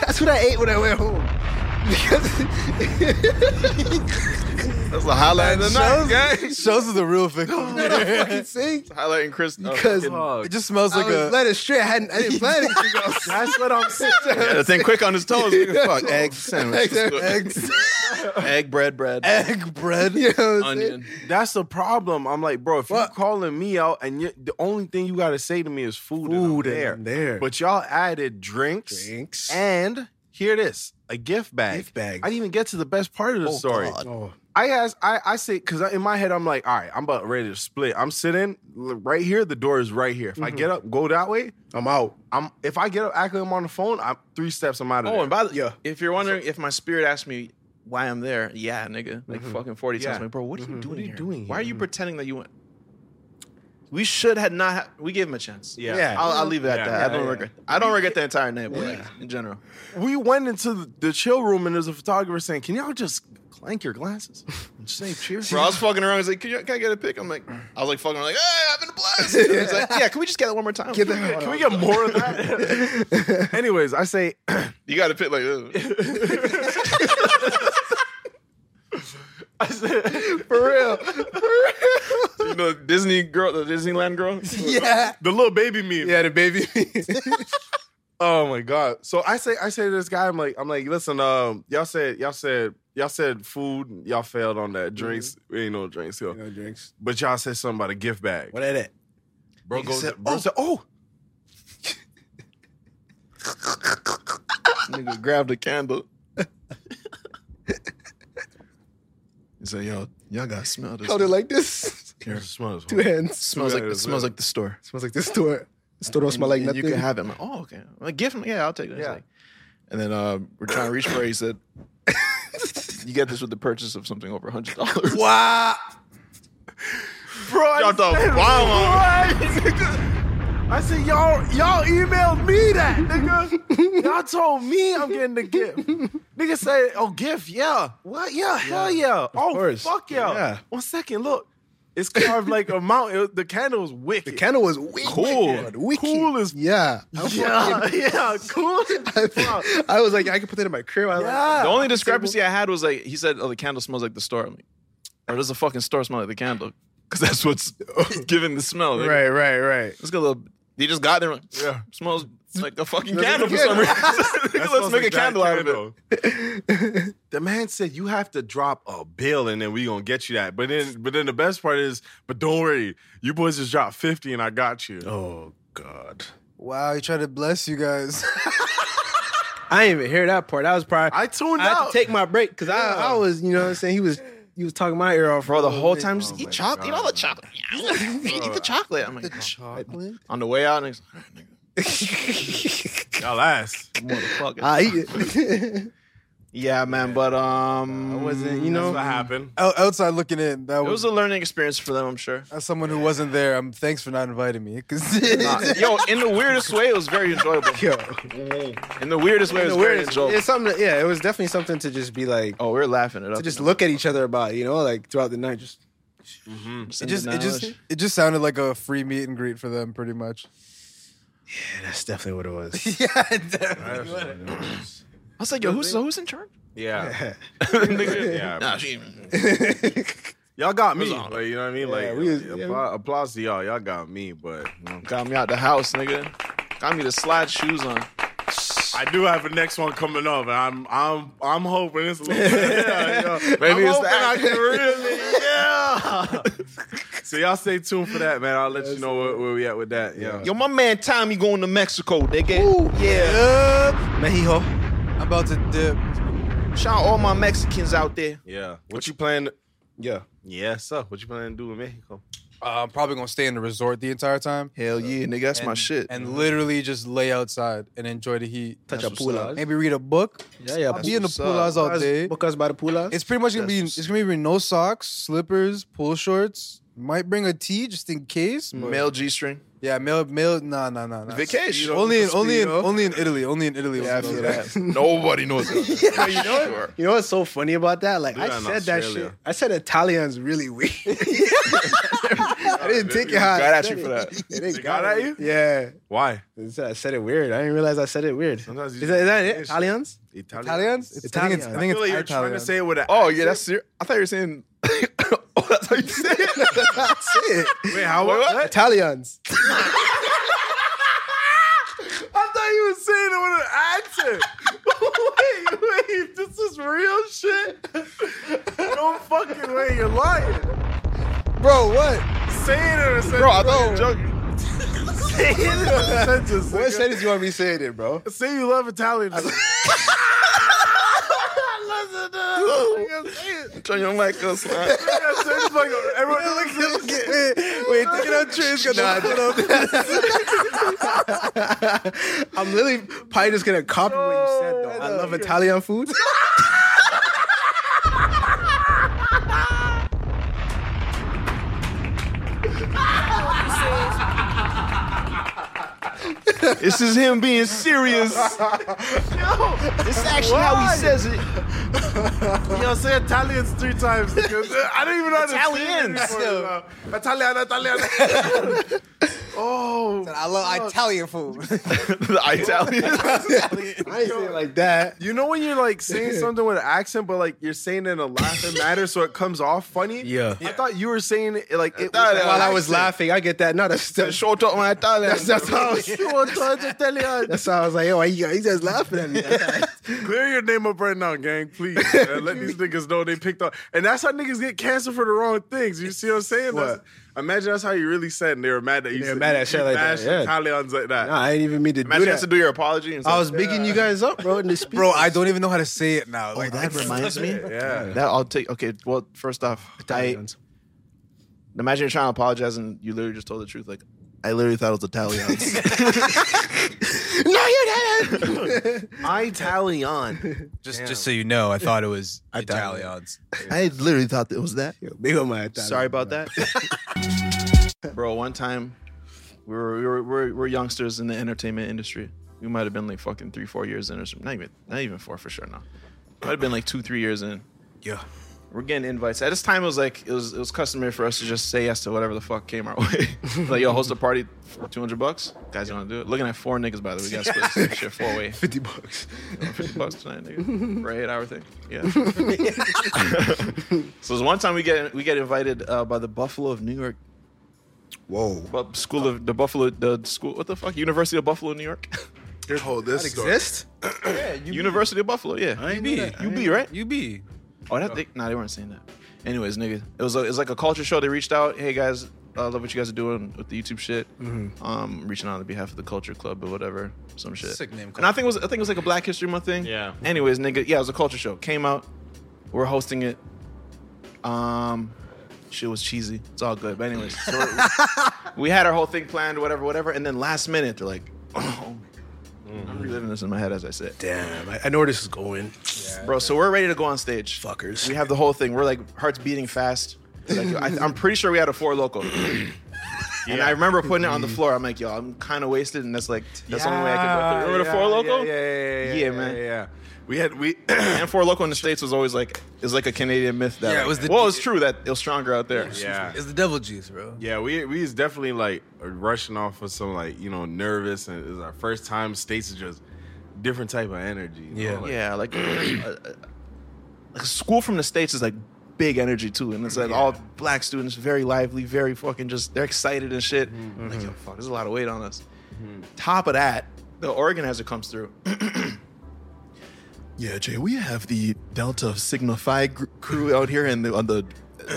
that's what I ate when I went home. That's the highlight of the night, guys. Shows is the real victim. fucking sing. Highlighting Chris. oh, Because it just smells like I was a. led astray. I hadn't. I didn't plan it. That's what I'm saying. yeah, the thing quick on his toes. nigga. Fuck, egg sandwich. egg, egg bread, bread, egg bread. You know what I'm saying? onion. That's the problem. I'm like, bro, if What? you calling me out and you the only thing you gotta say to me is food, Food and I'm there. and there. But y'all added drinks, Drinks. and here it is, a gift bag. Gift bag. I didn't even get to the best part of the story. Oh, I asked, I, I say, because in my head, I'm like, all right, I'm about ready to split. I'm sitting l- right here. The door is right here. If I get up, go that way. I'm out. I'm if I get up, acting I'm on the phone. I'm three steps. I'm out of Oh, there. and by the Yeah. if you're wondering if my spirit asked me why I'm there, yeah, nigga, like fucking forty times, Yeah. like, bro, what are you doing? What are you here? doing Why are you pretending that you went? We should had not. Ha- we gave him a chance. Yeah. Yeah. I'll, I'll leave it at Yeah. that. I Yeah, don't yeah. regret. I don't regret the entire night, but like, in general, we went into the, the chill room and there's a photographer saying, "Can y'all just clank your glasses and say cheers?" bro, I was fucking around. He's like, can, you, can I get a pic? I'm like, I was like fucking like, hey, I've been blessed. And He's like, yeah, can we just get that one more time? Can we get more of that? Anyways, I say you got a pic like uh, this. For real. you know, Disney girl, the Disneyland girl. Yeah. the little baby meme. Yeah, the baby. Oh my god. So I say I say to this guy, I'm like, I'm like, listen, um, y'all said y'all said y'all said food, and y'all failed on that. Drinks, we ain't no drinks here. no drinks. But y'all said something about a gift bag. What at it? Bro Nigga goes said, bro "Oh." said, oh. Nigga grabbed a candle. He said, "Yo, y'all got to smell this. Held it like this. It smells Two hands. smells like it smells like the store. Smells like this store. This store don't smell like And nothing. You can have it. I'm like, oh, okay. I'm like, give him. Yeah, I'll take it. He's Yeah. like- and then uh, we're trying to reach for. it. He said, "You get this with the purchase of something over hundred dollars." Wow. Bro, I Dropped a said, bomb on "What?" I said, y'all, y'all emailed me that, nigga. y'all told me I'm getting the gift. nigga said, oh, gift, yeah. What? Yeah, hell yeah. Oh, course. fuck yeah. Yeah. One second, look. It's carved like a mountain. It- The candle is wicked. The candle was wicked. Cool. Wicked. Cool as- yeah. I was yeah, fucking- yeah, cool. as fuck. I was like, I could put that in my crib. I was like, Yeah. The only discrepancy I had was like he said, "Oh, the candle smells like the store." I'm like, Or does the fucking store smell like the candle? Because that's what's giving the smell. Like, Right, right, right. Let's get a little. They just got there. Like, yeah, smells like a fucking Like a candle for some reason. candle. Let's smells make like a candle that out of it. The man said you have to drop a bill and then we gonna get you that. But then but then the best part is, but don't worry, you boys just dropped 50 and I got you. Oh God. Wow, he tried to bless you guys. I didn't even hear that part. That was probably I tuned I had out. to take my break because I, I was, you know what I'm saying? He was he was talking my ear off, bro, the whole time. Oh Just eat chocolate. Eat all the chocolate. Eat the chocolate. I'm like, the chocolate. On the way out, and it's like, Y'all ass. Motherfucker. I eat it. yeah, man. But um, I wasn't. You know what happened. Out- outside looking in, that It was was, a learning experience for them, I'm sure. as someone who wasn't there. I'm thanks for not inviting me. Cause Nah, yo, in the weirdest way, it was very enjoyable. In the weirdest way, it was very enjoyable. It's something. that- yeah, it was definitely something to just be like. Oh, we're laughing it up. To just look at each other about, you know, like throughout the night, just. it just it just it just sounded like a free meet and greet for them, pretty much. Yeah, that's definitely what it was. yeah, definitely. I was like, yo, who's who's in charge? Yeah. yeah. Nah, she. Y'all got me. It was on. Like, you know what I mean? Like appla- applause to y'all. Y'all got me, but you know. Got me out the house, nigga. Got me the slide shoes on. I do have a next one coming up, and I'm I'm I'm hoping it's a little yeah, yeah. Maybe I'm it's hoping that. I can really yeah. so y'all stay tuned for that, man. I'll let you know where, where we at with that. Yeah. Yo, my man Tommy going to Mexico, nigga. yeah. Mexico. I'm about to dip. Shout out all my Mexicans out there. Yeah. What you plan? Yeah. Yeah, so what you plan to do in Mexico? Uh, I'm probably gonna stay in the resort the entire time. Hell yeah, nigga. That's my and- shit. And literally just lay outside and enjoy the heat. Touch That's a what's pulas. up. Maybe read a book. Yeah, yeah. I'll be in the what's up. pulas all day. Because by the pulas. It's pretty much gonna be That's- it's gonna be no socks, slippers, pool shorts. Might bring a tee just in case. but- Male G string. Yeah, male male nah nah nah nah. Vacation. Only in only in Speedo. only in Italy. Only in Italy. Yeah, I was feel it that. Nobody knows that. you know sure. You know what's so funny about that? Like Do that I in said that Australia. shit. I said Italian's really weird. I didn't take it how I Got at said you for it. that. They didn't got at you? Yeah. Why? It's- I said it weird. I didn't realize I said it weird. Is that, Sometimes is you- that it? Italians? Italian. Italians? It's, I think it's I think I feel it's like you're trying to Italian. say it with an Oh yeah, that's serious. I thought you were saying. oh, that's how you say it. That's it. Wait, how what? Italians. I thought you were saying it with an accent. wait, wait, this is real shit. no fucking way, you're lying. Bro, what? Saying it or saying Bro, I thought you were joking. Saying it in a sentence. What nigga. sentence you want me saying it, bro? Say you love Italian. Listen to Turn your mic up. son. It's like everyone Look at it. Wait, thinking I'm Trey's gonna pull up. I'm literally probably just gonna copy what you said though. I love Italian food. This is him being serious. This is actually how Why? he says it. Yo, say Italians three times because I don't even know Italians. Italians. Italian, Italian. oh, I love Italian food. the Italian. I ain't saying it like that. you know when you're like saying something with an accent, but like you're saying it in a laughing manner, so it comes off funny. Yeah. I thought you were saying it like it thought was it While I was laughing. laughing, I get that. No, that's that's, Short up my Italian. that's how I was. That's uh, how I was like, oh, he, he's just laughing at me. Clear your name up right now, gang, please. man. Let these niggas know they picked up. And that's how niggas get canceled for the wrong things. You see what I'm saying? That's- imagine that's how you really said, and they were mad that you They were said, mad at you shit like that, bashed yeah. Italians like that. Nah, I didn't even mean to Imagine do you that. have to do your apology. And stuff. I was bigging you guys up, bro, in the speech. Bro, I don't even know how to say it now. Like, that reminds me. yeah. That I'll take. Okay, well, first off, I, imagine you're trying to apologize and you literally just told the truth. Like, I literally thought it was Italians. no, you didn't. Italian. just just so you know, I thought it was Italians. I literally thought it was that. Big on my Italian. Sorry about that, bro. One time, we were, we were we were we're youngsters in the entertainment industry. We might have been like fucking three, four years in, or something. Not even not even four for sure. Now, might have been like two, three years in. Yeah. We're getting invites. At this time, it was like it was it was customary for us to just say yes to whatever the fuck came our way. like, yo, host a party, for two hundred bucks. Guys, you want to do it? Looking at four niggas by the way, we got to split this shit four way. Fifty bucks. Fifty bucks tonight, nigga. For an eight hour thing. Yeah. so there's one time we get we get invited uh, by the Buffalo of New York. Whoa. Bu- school of the Buffalo the school what the fuck University of Buffalo, New York. There's oh, this that story. exist? yeah, University of Buffalo. Yeah, I ain't know that. I UB, ain't- right? UB. Oh, that they, nah, they weren't saying that. Anyways, nigga, it was a, it was like a culture show. They reached out, hey guys, I love what you guys are doing with the YouTube shit. Mhm. Um, reaching out on behalf of the Culture Club or whatever, some shit. Sick name, And I think it was I think it was like a Black History Month thing. Yeah. Anyways, nigga, yeah, it was a culture show. Came out, we're hosting it. Um, shit was cheesy. It's all good. But anyways, so we're- we had our whole thing planned, whatever, whatever. And then last minute, they're like, oh Mm-hmm. I'm reliving this in my head as I sit. Damn, I, I know where this is going. Bro, so we're ready to go on stage. Fuckers. We have the whole thing. We're like hearts beating fast. Like, I, I'm pretty sure we had a four local. And I remember putting it on the floor. I'm like, yo, I'm kind of wasted, and that's like that's the only way I can. Yeah, Ah, Go through. Remember yeah, the four local? yeah, yeah, yeah, yeah, yeah, man. yeah, We had we and four local in the states was always like is like a Canadian myth that Yeah, it like, was the- well it's true that it was stronger out there. Yeah. It's the devil juice, bro. Yeah, we we is definitely like rushing off of some like you know nervous and it's our first time. States is just different type of energy. you know, like- yeah, like, uh, uh, like school from the states is like big energy too, and it's like all black students, very lively, very fucking just they're excited and shit. I'm Like yo, fuck, there's a lot of weight on us. Top of that, the organizer comes through. yeah, Jay, we have the Delta Sigma Phi gr- crew out here, and the, on the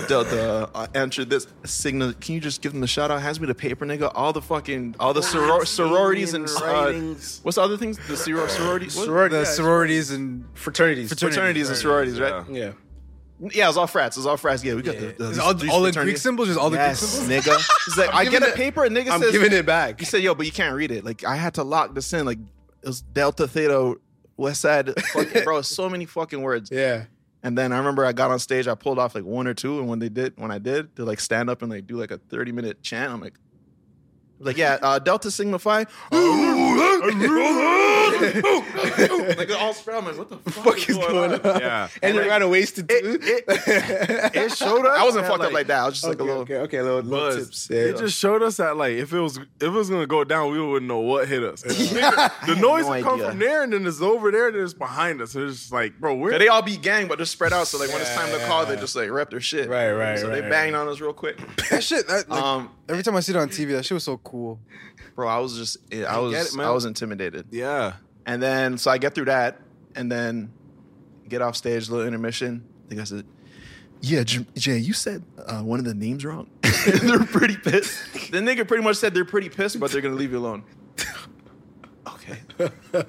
Delta uh, entered this Sigma. Can you just give them the shout out? Has me the paper, nigga. All the fucking all the soror- sororities and uh, what's the other things? The soror- sororities, the sororities and fraternities, fraternities, and sororities, right? Yeah. Yeah, it was all frats. It was all frats. Yeah, we got the, the Is these- all- these all in fraternities. Greek symbols? Just all the Greek Yes, symbols? nigga. He's like, I'm I get giving a it- paper, and nigga I'm says, giving it back. He said, "Yo, but you can't read it. Like I had to lock this in. Like it was Delta Theta West Side, fucking, bro. So many fucking words. Yeah. And then I remember I got on stage, I pulled off like one or two, and when they did, when I did, they like stand up and like do like a thirty minute chant. I'm like, like yeah, uh, Delta Sigma Phi. like all spread. I'm like, what the fuck, is going on? Yeah. And you're kind of wasted too. It showed up. I wasn't fucked up like that. I was just like okay, a little. okay, okay, little, little Buzz. tips. It just showed us that like if it was if it was gonna go down, we wouldn't know what hit us. Nigga, the noise no would come idea. from there, and then it's over there, and then it's behind us. And it's just like, bro, where Yeah, they all be gang, but they're spread out. So like when it's time to call, they just like rep their shit. Right, right, So right, they banged on us real quick. That shit. That, like, Um, every time I see it on TV, that shit was so cool. Bro, I was just I I was get it, man. I was intimidated. Yeah. And then so I get through that, and then get off stage, little intermission. I think I said, "Yeah, J- Jay, you said uh, one of the names wrong." they're pretty pissed. The nigga pretty much said they're pretty pissed, but they're gonna leave you alone. Okay.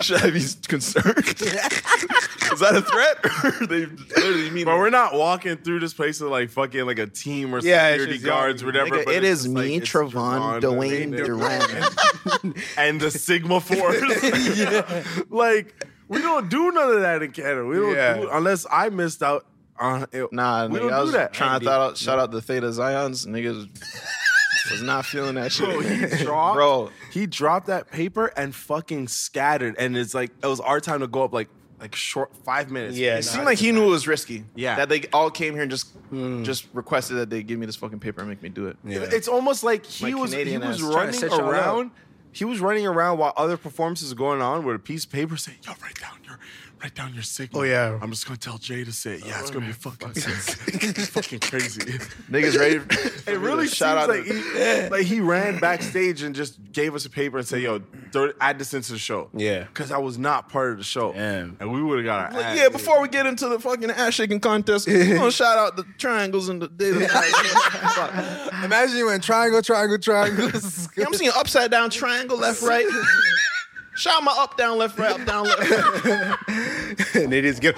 Should I be concerned? Is that a threat? Or they literally mean. But we're not walking through this place with like fucking like a team or Yeah, it's security just- guards, yeah. whatever. Nigga, but it it's is just, like, me, it's Trevon, Dwayne Durant, and the Sigma Force. Like we don't do none of that in Canada. We don't Yeah. do unless I missed out on it. Nah, we nigga, don't I do was that. trying to thought out, shout out the Theta Zions. Niggas was not feeling that shit. Bro, he dropped, Bro. He dropped that paper and fucking scattered. And it's like it was our time to go up like like short five minutes. Yeah, it seemed like he knew it was risky. Yeah. Mm. that they all came here and just just requested that they give me this fucking paper and make me do it. It's almost like he My was Canadian he ass was trying to running set y'all up. around. He was running around while other performances were going on with a piece of paper saying, "Yo, write down your, write down your signal." Oh, yeah. I'm just gonna tell Jay to say Oh, it. Yeah, it's gonna be fucking, sick. It's fucking crazy. Niggas ready. It really Shout out seems like he, like he ran backstage and just gave us a paper and said, "Yo, throw, add this into the show." Yeah. because I was not part of the show, and we would have got our ass yeah, before we get into the fucking ass shaking contest, we're gonna shout out the triangles and the. Imagine you went triangle, triangle, triangle. Yeah, I'm seeing upside down triangle left right. Shout out my up down left right up down left. Right. and they just get.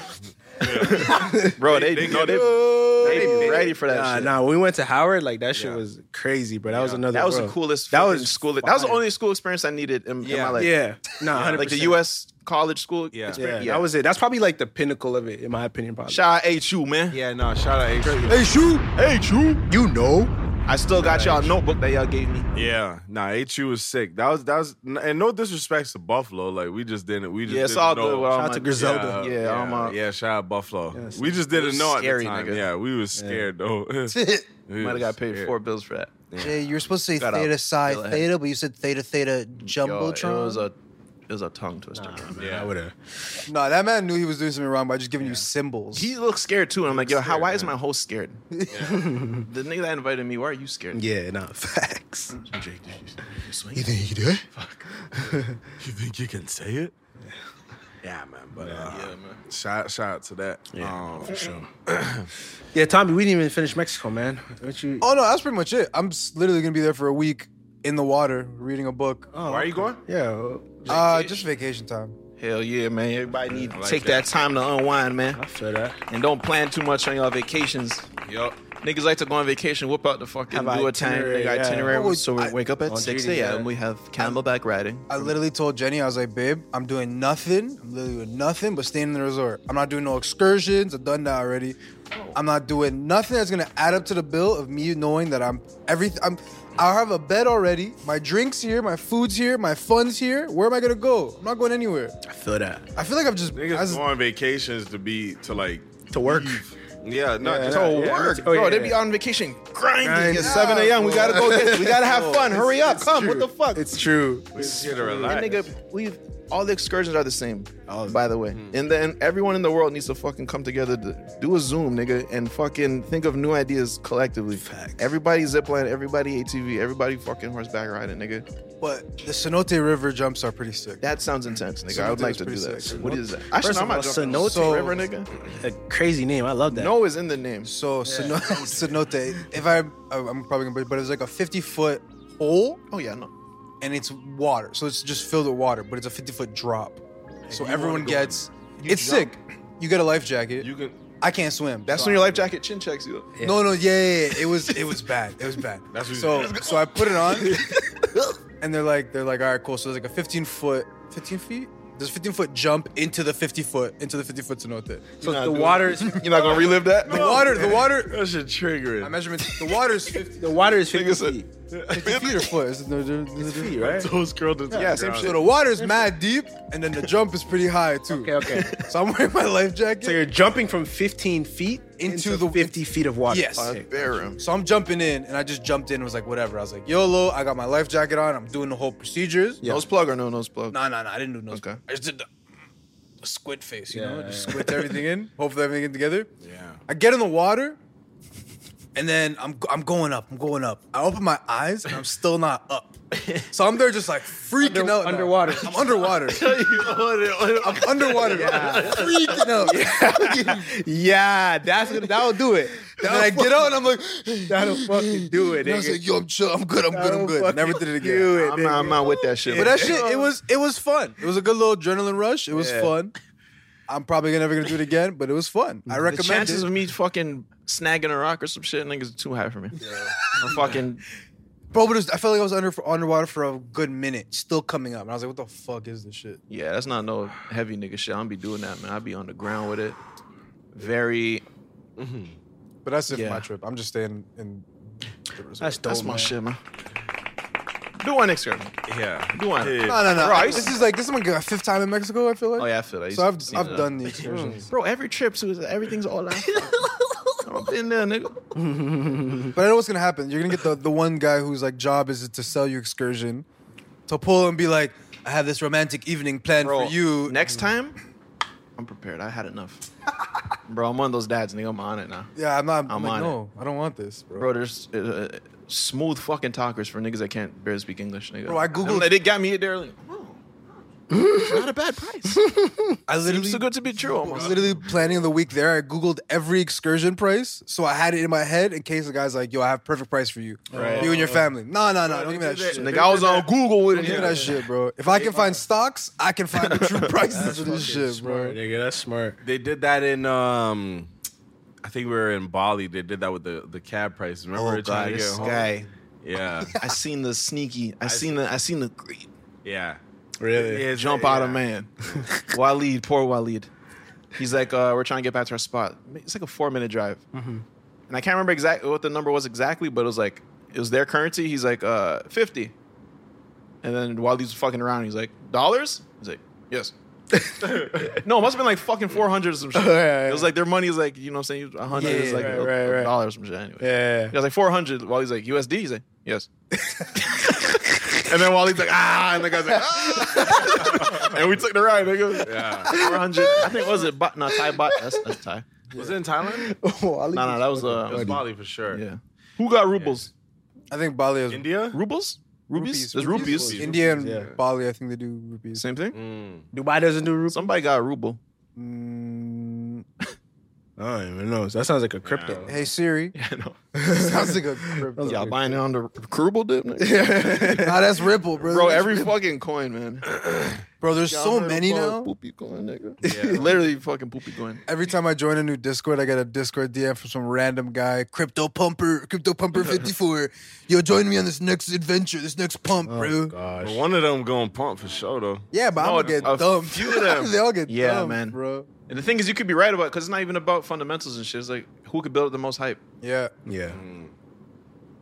Bro, they, no, they, they, be ready for that Nah, shit. nah. When we went to Howard, like that shit was crazy, bro. That was another. That was bro. the coolest. That That was was school. That was the fire. only school experience I needed in, in my life. Yeah, nah, like the 100%. U.S. college school. Yeah. experience. that was it. That's probably like the pinnacle of it, in my opinion. Probably. Shout out HU, man. Yeah, no, shout out HU. Hey, shoot. Hey, shoot. You know. I still got y'all notebook that y'all gave me. Yeah, nah, HU was sick. That was that was, and no disrespect to Buffalo, like we just didn't, we just Yeah, it's didn't all know. good with all Shout out my- to Griselda. yeah, Yeah, all yeah, my- yeah, shout out Buffalo. it's- we just it was didn't know at scary, the time. nigga. Yeah, we was scared though. We Might have got was paid scared. four bills for that. Jay, you were supposed to say Shout out. theta psi Go ahead. theta, but you said theta theta Yo, it jumbotron. was a, it was a tongue twister. Yeah, whatever. No, that man knew he was doing something wrong by just giving you symbols. He looks scared too, and I'm like, yo, how? Why is my host scared? the nigga that invited me, why are you scared? Yeah, nah, facts. Jake, did you, you swing? You think you do it? Fuck. you think you can say it? Yeah, man. But uh, shout shout out to that. Um, Yeah, for sure. Yeah, Tommy, we didn't even finish Mexico, man. Don't you? Oh no, that's pretty much it. I'm s- literally gonna be there for a week in the water reading a book. Oh, Why are you going? Yeah, uh, just vacation time. Hell yeah, man. Everybody need to I like take that. that. time to unwind, man. I feel that. And don't plan too much on y'all vacations. Yup. Niggas like to go on vacation, whip out the fucking Have do a time, itinerary, nigga, yeah. itinerary. Oh, so we I- wake up at on 6 duty, a.m. yeah. We have camelback riding. I literally told Jenny, I was like, babe, I'm doing nothing. I'm literally doing nothing but staying in the resort. I'm not doing no excursions. I've done that already. I'm not doing nothing that's gonna add up to the bill of me knowing that I'm everything. I'm I'll have a bed already. My drinks here, my food's here, my fun's here. Where am I gonna go? I'm not going anywhere. I feel that. I feel like I'm just Niggas go on vacations to be to like to work. Yeah, no, Yeah, just yeah, to yeah. work, Oh, yeah, yeah. on vacation grinding at 7 a.m. We bro. gotta go get, we gotta have Yo, fun. it's- Hurry up, it's come. true. What the fuck? It's true. We just here to relax. And nigga, we all the excursions are the same. Oh. by the way, and then everyone in the world needs to fucking come together, to do a Zoom, nigga, and fucking think of new ideas collectively. Everybody zipline, everybody ATV, everybody fucking horseback riding, nigga. But the Cenote River jumps are pretty sick. That sounds intense, nigga. I would Cenote like is to do pretty that. sick. What is that? First Actually, of no, I'm all, not jumping. Cenote So- River, nigga. A crazy name. I love that. No is in the name. So Cenote, Cenote. If I, I'm probably gonna, but it's like a 50 foot hole. Oh yeah, no. And it's water, so it's just filled with water, but it's a 50 foot drop. So you everyone wanna go in. gets. You It's jump. sick. You get a life jacket. You can. I can't swim. That's so when I- your life jacket chin checks you. No, no, yeah, yeah, yeah. It was, it was bad. It was bad. That's what you so, did. so I put it on, and they're like, they're like, all right, cool. So there's like a 15 foot, 15 feet. There's a 15 foot jump into the 50 foot, into the 50 foot cenote. So the water is- You're not gonna relive that? The No, water, man. the water. That should trigger it. My measurements. The water is 50. The water is 50 feet. 50 feet or foot? Is it, no, no, no, no. feet, right? Toes curled into Yeah, the same ground. shit. So the water's mad deep, and then the jump is pretty high too. Okay, okay. so I'm wearing my life jacket. So you're jumping from 15 feet into, the 50 feet of water. Yes. Okay. So I'm jumping in, and I just jumped in and was like, whatever. I was like, YOLO, I got my life jacket on. I'm doing the whole procedures. Nose plug or no nose plug? No, no, no. I didn't do nose plug. I just did the squid face, you know? Just squid everything in. Hopefully everything in together. Yeah. I get in the water, and then I'm I'm going up. I'm going up. I open my eyes, and I'm still not up. So I'm there just like freaking out. now. underwater. I'm underwater. I'm underwater. bro. Yeah. Freaking out. Yeah, that's gonna that'll do it. And then I get out and I'm like, that'll fucking do it. And I was nigga. like, yo, I'm chill. I'm good. I'm good. I'm That'll good. fucking Never did it again. do it, I'm not, I'm not with that shit. But that shit, it was it was fun. It was a good little adrenaline rush. It was Yeah. fun. I'm probably never gonna do it again, but it was fun. I The recommend chances it. of me fucking snagging a rock or some shit, niggas, are too high for me. I'm fucking Bro, but it was, I felt like I was under underwater for a good minute, still coming up, and I was like, "What the fuck is this shit?" yeah. That's not no heavy nigga shit. I'm be doing that, man. I be on the ground with it. Very. But that's it Yeah. for my trip. I'm just staying in. The resort. That's dope, That's my man. shit, man. Do one next year. Yeah. Do one. No, no, no. Bro, I used this to- is like this is my fifth time in Mexico. I feel like. Oh yeah, I feel that. I So I've used to see I've that. done the excursions, Bro, every trip to everything's all out. I've been there, nigga. Hmm. but I know what's gonna happen. You're gonna get the the one guy whose like job is to sell you excursion, to pull and be like, "I have this romantic evening planned Bro, Mm. for you." Next time, I'm prepared. I had enough. Bro, I'm one of those dads, nigga. I'm on it now. Yeah, I'm not. I'm, I'm like, on it. no, I don't want this, bro. Bro, there's uh, uh, smooth fucking talkers for niggas that can't barely speak English, nigga. Bro, I Googled- They got me there. Like, not a bad price. I literally Seems too good to Oh be true. I was almost. literally planning the week there. I googled every excursion price, so I had it in my head in case the guy's like, "Yo, I have perfect price for you, Right. you and your family." No, no, no, don't give me that do that. shit. Nigga, I was on Google with Don't it. Give me Yeah. that shit, bro. If I can find stocks, I can find the true prices for this shit, bro. Nigga, that's smart. They did that in um I think we were in Bali. They did that with the, the cab prices. Remember Oh, they're God, trying to get this home? guy. Yeah. I seen the sneaky. I seen the. I seen the great Yeah. really Yeah, jump yeah. out of man. Waleed, poor Waleed. He's like, uh, we're trying to get back to Mm-hmm. our spot. It's like a four minute drive, and I can't remember exactly what the number was exactly, but it was like it was their currency. He's like, uh, fifty. And then while he's fucking around, he's like, dollars? He's like, yes. no, it must have been like fucking four hundred or some shit. Oh, yeah, yeah. It was like their money is like, you know what I'm saying? A hundred Yeah, is like right, a, right, a right. dollar or some shit anyway. Yeah. He was like four hundred while he's like USD, he's like, yes. and then while he's like, ah, and the guy's like, ah. and we took the ride, nigga. Yeah. Four hundred. I think was it bot no Thai bot that's, that's Thai. Was it in Thailand? No, no, that was uh It was Bali for sure. Yeah. Who got rubles? I think Bali is India. Rubles? Rupees? There's rupees. India and Yeah. Bali, I think they do rupees. Same thing? Mm. Dubai doesn't do rubles. Somebody got a ruble. I don't even know. That sounds like a crypto. Hey Siri. Yeah, no. Sounds like a crypto. Y'all buying it on the Krubel dip? nigga? nah, that's Ripple, bro. Bro, That's every Ripple. fucking coin, man. bro, there's Y'all so heard many about now. Poopy coin, nigga. Literally fucking poopy coin. Every time I join a new Discord, I get a Discord DM from some random guy, Crypto Pumper, Crypto Pumper 54. Yo, join me on this next adventure, this next pump, Oh, bro. But one of them going pump for sure though. Yeah, but No, I'm gonna a get dumped. few of them. they all get Yeah, dumped, man. bro. And the thing is, you could be right about because it's not even about fundamentals and shit. It's like who could build up the most hype. Yeah, Yeah. And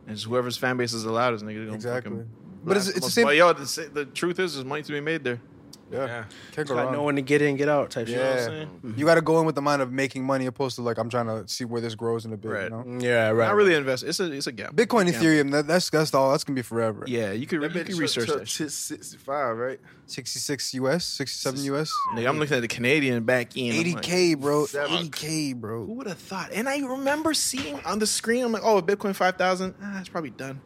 it's whoever's fan base is the loudest, nigga. they're Gonna Exactly. fucking But it's- blast it's the most. same- But yo, the, sa- the truth is, there's money to be made there. yeah. Can't It's go like wrong. knowing to get in, get out type Yeah. shit. You know what You got to go in with the mind of making money, opposed to like I'm trying to see where this grows in a bit. You know? Mm. I'm saying? Yeah, right. Not really invest. It's a it's a gap. Bitcoin, Yeah. Ethereum, that, that's that's all. That's gonna be forever. Yeah, you could, you could research that. shit. Shit, sixty-five, right? 66 US, 67 US, Nigga, I'm looking at the Canadian back end. I'm like, 80k, bro, Fuck. 80k, Who bro. would have thought? And I remember seeing on the screen, I'm like, oh, Bitcoin 5,000. Ah, it's probably done.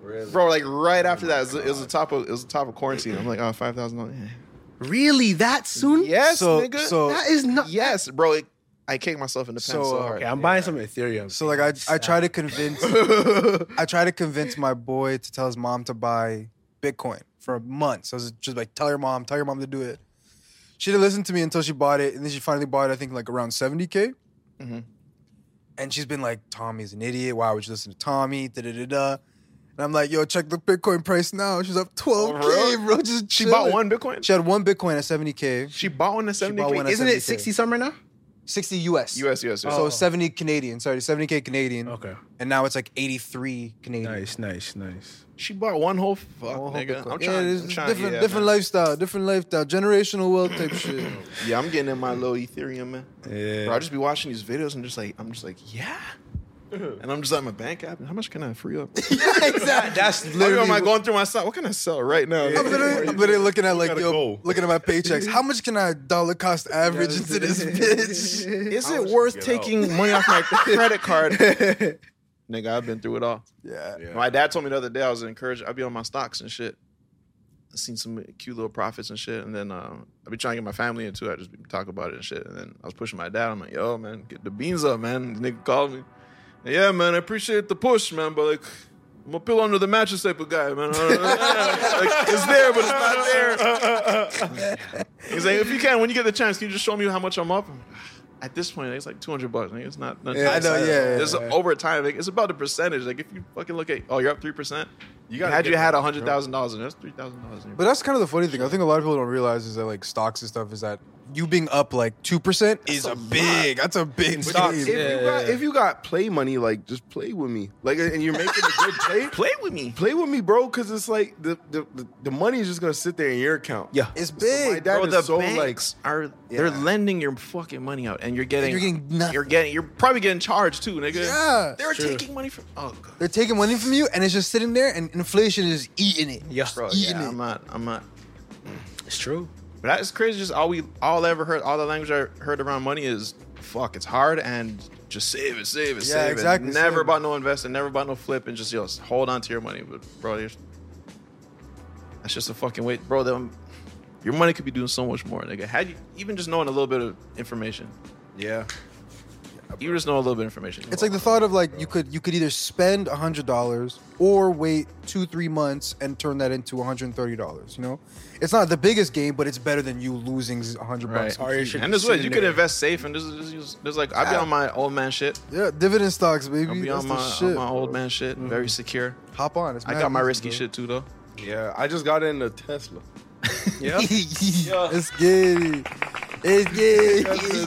Really? Bro, like right after that, it was, it was the top of it was the top of quarantine. I'm like, oh, five thousand dollars. Really, that soon? Yes, So- nigga. so- that is not. Yes, bro. It, I kicked myself in the So, pants so, uh, hard. Okay, I'm buying some Ethereum. So like I I try to convince I try to convince my boy to tell his mom to buy Bitcoin for months. I was just like, tell your mom, tell your mom to do it. She didn't listen to me until she bought it, and then she finally bought it. I think like around 70k. Mhm. And she's been like, Tommy's an idiot. Why would you listen to Tommy? Da da da da. And I'm like, yo, check the Bitcoin price now. She's up 12k, Oh, bro. Just She bought chilling. one Bitcoin. She had one Bitcoin at 70k. She bought one at seventy. bought one at Isn't it 70K. sixty? 60 somewhere now? 60 US. US, US, US. So 70 Canadian, sorry, 70K Canadian. Okay. And now it's like 83 Canadian. Nice, nice, nice. She bought one whole fuck, Whole nigga. Bitcoin. I'm yeah, trying. it is I'm trying different, yeah, different man. lifestyle, different lifestyle, generational wealth type shit. Yeah, I'm getting in my little Ethereum, man. Yeah. Bro, I just be watching these videos and just like, I'm just like, yeah. And I'm just on my bank app. How much can I free up? exactly. That's literally. am I going through my stock? What can I sell right now? I'm literally, I'm literally looking at like gotta yo, go. looking at my paychecks. How much can I dollar cost average into this bitch? Is it worth taking money off my credit card? Nigga, I've been through it all. Yeah. My dad told me the other day I was encouraged. I'd be on my stocks and shit. I seen some cute little profits and shit, and then um, I'd be trying to get my family into it. I just be talk about it and shit, and then I was pushing my dad. I'm like, "Yo, man, get the beans up, man." The nigga called me. Yeah, man, I appreciate the push, man, but like. I'm a pill under the mattress type of guy, man. like, it's there, but it's not there. He's like, if you can, when you get the chance, can you just show me how much I'm up? I'm like, At this point, it's like 200 bucks. Like, it's not. nothing Yeah, I know, exciting. yeah, yeah, It's yeah. over time. Like, it's about the percentage. Like, if you fucking look at, oh, you're up three percent. You gotta had you get had that, hundred thousand dollars, and that's three thousand dollars. But that's kind of the funny thing. I think a lot of people don't realize is that like stocks and stuff is that you being up like two percent is a, big. That's a big Stocks, if, gain. you got, if you got play money, like just play with me, like, and you're making a good play. play with me. Play with me, bro, because it's like the, the the- the money is just gonna sit there in your account. Yeah. It's So my big. dad Bro, is the so banks are they're lending your fucking money out, and you're getting you're getting nothing. You're getting you're probably getting charged too, nigga. Yeah. they're taking money from. Oh god, They're taking money from you, and it's just sitting there, and inflation is eating it. yeah, bro. eating Yeah, it. I'm not. I'm not. It's true. But that's crazy. Just all we all I ever heard, all the language I heard around money is fuck. It's hard and just save it, save it, Yeah, save exactly, it. Never save about no investing, never about no flip, and just yo hold on to your money. But bro, you're, that's just a fucking wait, bro. Them, your money could be doing so much more, nigga. Had you even just knowing a little bit of information, Yeah. you just know a little bit of information. It's like the thought of like you could you could either spend hundred dollars or wait two three months and turn that into one hundred and thirty dollars. You know, it's not the biggest game, but it's better than you losing hundred Right. bucks. And this way, you could invest safe, and this is this is- this is like I'd be on my old man shit. Yeah, dividend stocks, I'll baby. be Ah. That's on the my, on shit. my old man shit. Very secure. Hop on. It's I mad got my easy, risky bro. shit too, though. Yeah, I just got into Tesla. it's giddy. It's giddy. It's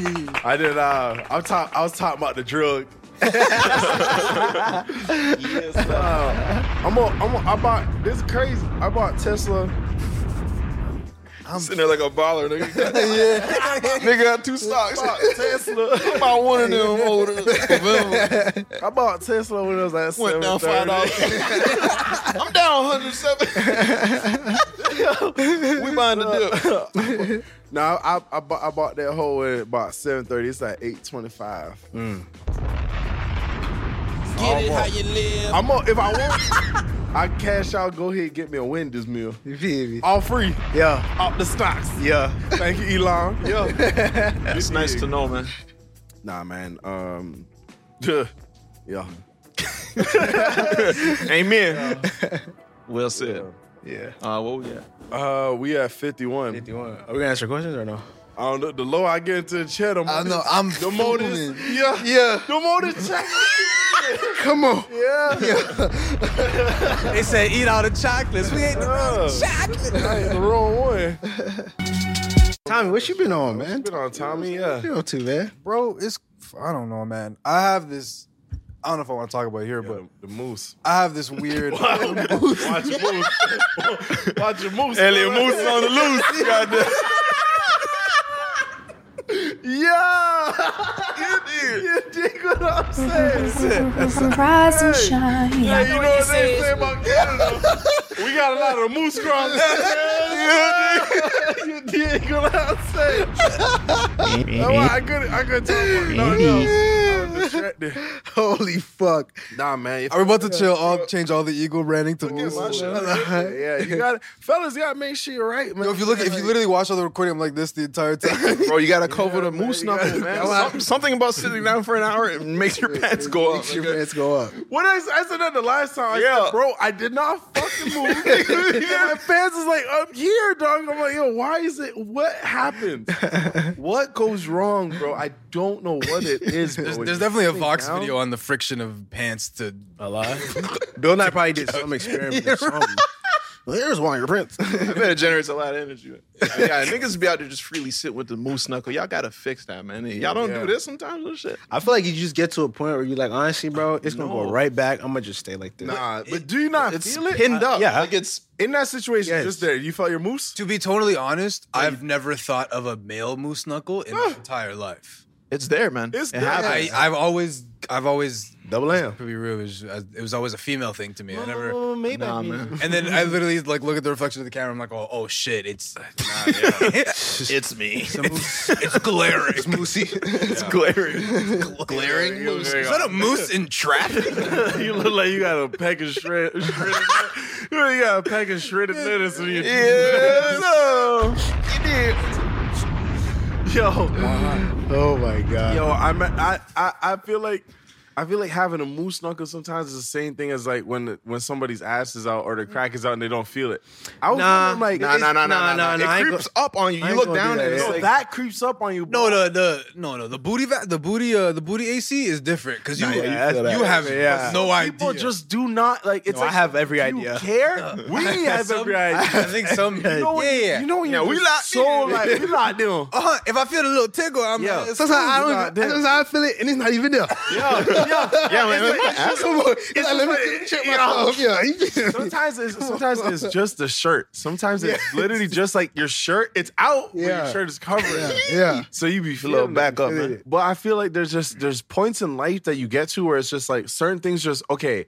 giddy. I did. Uh, I'm talk. I was talking about the drug Uh, I'm on. I'm on. I bought. This is crazy. I bought Tesla. I'm sitting there like a baller, nigga. yeah, nigga got two stocks. Bought Tesla. I bought one of them over the- I bought Tesla when it was like Went down I'm down 107. we buying the dip. no, I, I, bought, I bought that whole at about 7:30. It's like 8:25. Get it I'm how on. you live. I'm on, if I want, I cash out. Go ahead, get me a Wendy's meal. You feel me? All free. Yeah. Off the stocks. Yeah. Thank you, Elon. Yeah. It's nice to know, man. Nah, man. Um. Yeah. Amen. Well said. Yeah. Uh, what we at? Uh, we at 51. 51. Are we gonna answer questions or no? I don't know. The lower I get into the chat, the more I know, this- I'm the more this, fuming. yeah, Yeah. the more this chat. Come on. Yeah. They said eat all the chocolates. We ate the wrong Yeah. chocolate. I ate the wrong one. Tommy, what you been on, man? Been on Tommy, yeah. You know too, man. Bro, it's I don't know, man. I have this. I don't know if I want to talk about it here, but the moose. I have this weird. Watch your moose. Watch your moose. Elliot Moose is on the loose. Goddamn. Yeah. You did. You dig what I'm saying? That's it. Rise and shine. Yeah, you know what they say about Canada. we got a lot of moose crops. Yeah. you dig what I'm saying? That's why I couldn't. I couldn't talk about nothing else. I'm distracted. Holy fuck. Nah, man. if- Are we about to chill all change all the eagle branding to moose? Yeah, you got fellas. You got to make sure you're right, man. Yo, if you look, if you literally watch all the recording, I'm like this the entire time. Bro, you gotta cover the moose knuckle, man. Some- something about sitting down for an hour and makes your pants go up. your pants go up. What I, I said that the last time. I said, bro, I did not fucking move. yeah, my fans is like up here, dog. I'm like, yo, why is it? What happened? what goes wrong, bro? I don't know what it is. Bro. There's, When there's you definitely a sit Vox down- video on the friction of pants to a lie. Bill and I probably did some experiment. or something. There's one of your prints. That generates a lot of energy. Yeah, niggas be out there just freely sitting with the moose knuckle. Y'all gotta fix that, man. Y'all don't Yeah. do this sometimes. This shit. I feel like you just get to a point where you're like, honestly, bro, it's gonna go right back. I'm gonna just stay like this. Nah, but do you not feel it? pinned up. Yeah. Like it's in that situation. Just there, you felt your moose. To be totally honest, I've never thought of a male moose knuckle in my entire life. It's there, man. It's it there. I, I've always, I've always double M. To be real, it was, uh, it was always a female thing to me. I never. Oh, maybe. Nah, man. And then I literally like look at the reflection of the camera. I'm like, oh, oh shit, it's it's me. It's, a moose. It's glaring. It's moosey. It's glaring. glaring moose. glaring. Is that a moose in traffic? you look like you got a pack of shred. shredded you really got a pack of shredded lettuce in your. Yeah, no, you did. Yo, oh my god. Yo, I'm, I, I, I feel like. I feel like having a moose knuckle sometimes is the same thing as like when when somebody's ass is out or their crack is out and they don't feel it. I was Nah. wondering, like, Nah, nah, nah, nah, nah, nah. It I ain't creeps go- up on you. I You ain't look gonna down do and that. it's No, like- that creeps up on you. No, the the no no the booty va- the booty uh the booty AC is different because you Nah, yeah, you, you feel that. have Yeah. no idea. People just do not like. It's No, I like, have every do idea. You care? We have Some- every idea. I think some- You know when- yeah, yeah. You know when Yeah, you're we just locked so in. like we locked in. Uh-huh. If I feel a little tickle, I'm Yeah. like, Sometimes I don't even, Goddamn. sometimes I feel it and it's not even there. Yeah, yeah, yeah, man. It's My ass- come on. It's It's like, let me just let me check like- myself. yeah. Yeah. Sometimes it's sometimes it's just the shirt. Sometimes it's Yeah. literally just like your shirt. It's out, but your Yeah. shirt is covered. Yeah. So you be Feel a little feeling back up, it. man. But I feel like there's just there's points in life that you get to where it's just like certain things just okay.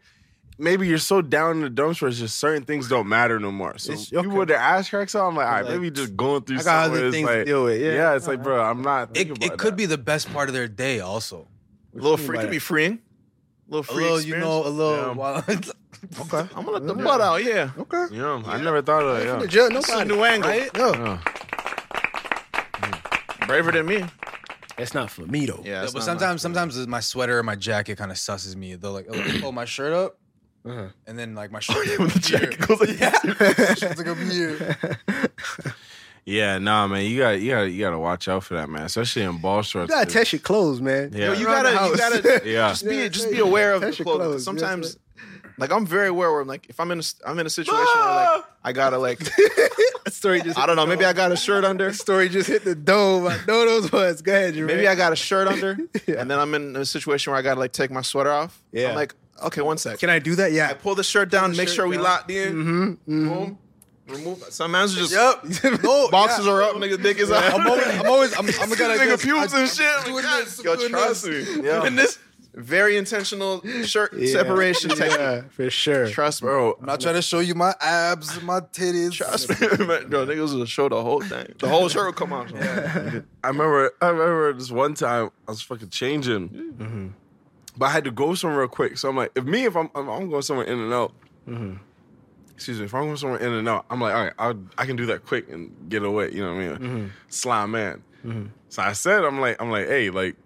Maybe you're so down in the dumps where it's just certain things don't matter no more. So It's- you with their ass cracks out, I'm like, all right, Like, maybe just going through. I got something other where it's things to like, deal with, yeah. it's like, bro, I'm not. it, Thinking it about could be the best part of their day also. A little free could be freeing. A little A free. little, you know, a little. okay. I'm gonna let the butt out. Yeah. Okay. that. Yeah, I never thought of that. Yeah. The judge, It's a nobody. new angle. right? Yeah. Braver than me. It's not for me though. Yeah. No, it's but not mine. sometimes, sometimes it's my sweater or my jacket kind of susses me. They'll like, oh, pull my shirt up, and then like my shirt goes up here. Yeah, shirt's like up here. Yeah, nah, man, you got to you got to you got to watch out for that, man, especially in ball You shorts. gotta dude. test your clothes, man. Yeah. Yo, you Around gotta, the you house. gotta Yeah. just be Yeah, just there be you go. aware of Test your the clothing. clothes, yes, Sometimes Like I'm very aware where I'm like, if I'm in a, I'm in a situation where like I gotta like, story just I don't know. Maybe I got a shirt under. Story just hit the dome. I know those ones. Go ahead, Jermaine. Maybe I got a shirt under, and then I'm in a situation where I gotta like take my sweater off. Yeah. I'm like, okay, one sec. Can I do that? Yeah. I pull the shirt down, the make shirt sure we down. locked in. Mm-hmm, Mhm, mhm. Boom. Remove. Some man's just Yep. no, boxes yeah. are up, nigga. Dick is out. I'm always, I'm always, I'm, I'm gonna nigga guess- pubes I- and shit. I'm like, God, yo, trust me. Yeah. And this very intentional shirt Yeah. separation technique. Yeah, for sure. Trust me, bro. I'm not trying to show you my abs, and my titties. Trust me, bro. Niggas will show the whole thing. The whole shirt will come out. I remember I remember this one time I was fucking changing, but I had to go somewhere real quick. So I'm like, if me, if I'm I'm, I'm going somewhere in and out, excuse me, if I'm going somewhere in and out, I'm like, all right, I'll, I can do that quick and get away. You know what I mean? Slime man. So I said, I'm like, I'm like, hey, like.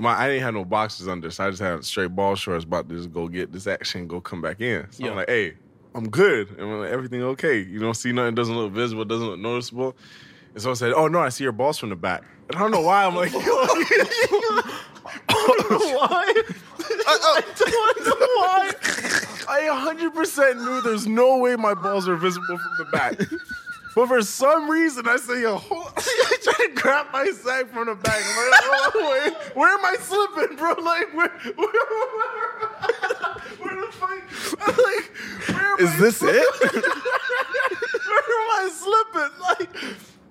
My, I didn't have no boxes under, so I just had straight ball shorts. About to just go get this action, go come back in. So Yeah. I'm like, hey, I'm good, and I'm like, everything okay. You don't see nothing, doesn't look visible, doesn't look noticeable. And someone said, "Oh no, I see your balls from the back." And I don't know why I'm like, yo, why? oh, Oh. I don't know why? I 100% knew there's no way my balls are visible from the back. But for some reason, I say, yo, hold, I try to grab my sack from the back. I'm like, oh, wait, where am I slipping, bro? Like, where, where, where, where the fuck? I'm like, where am Is I this slipping? it? where am I slipping? Like,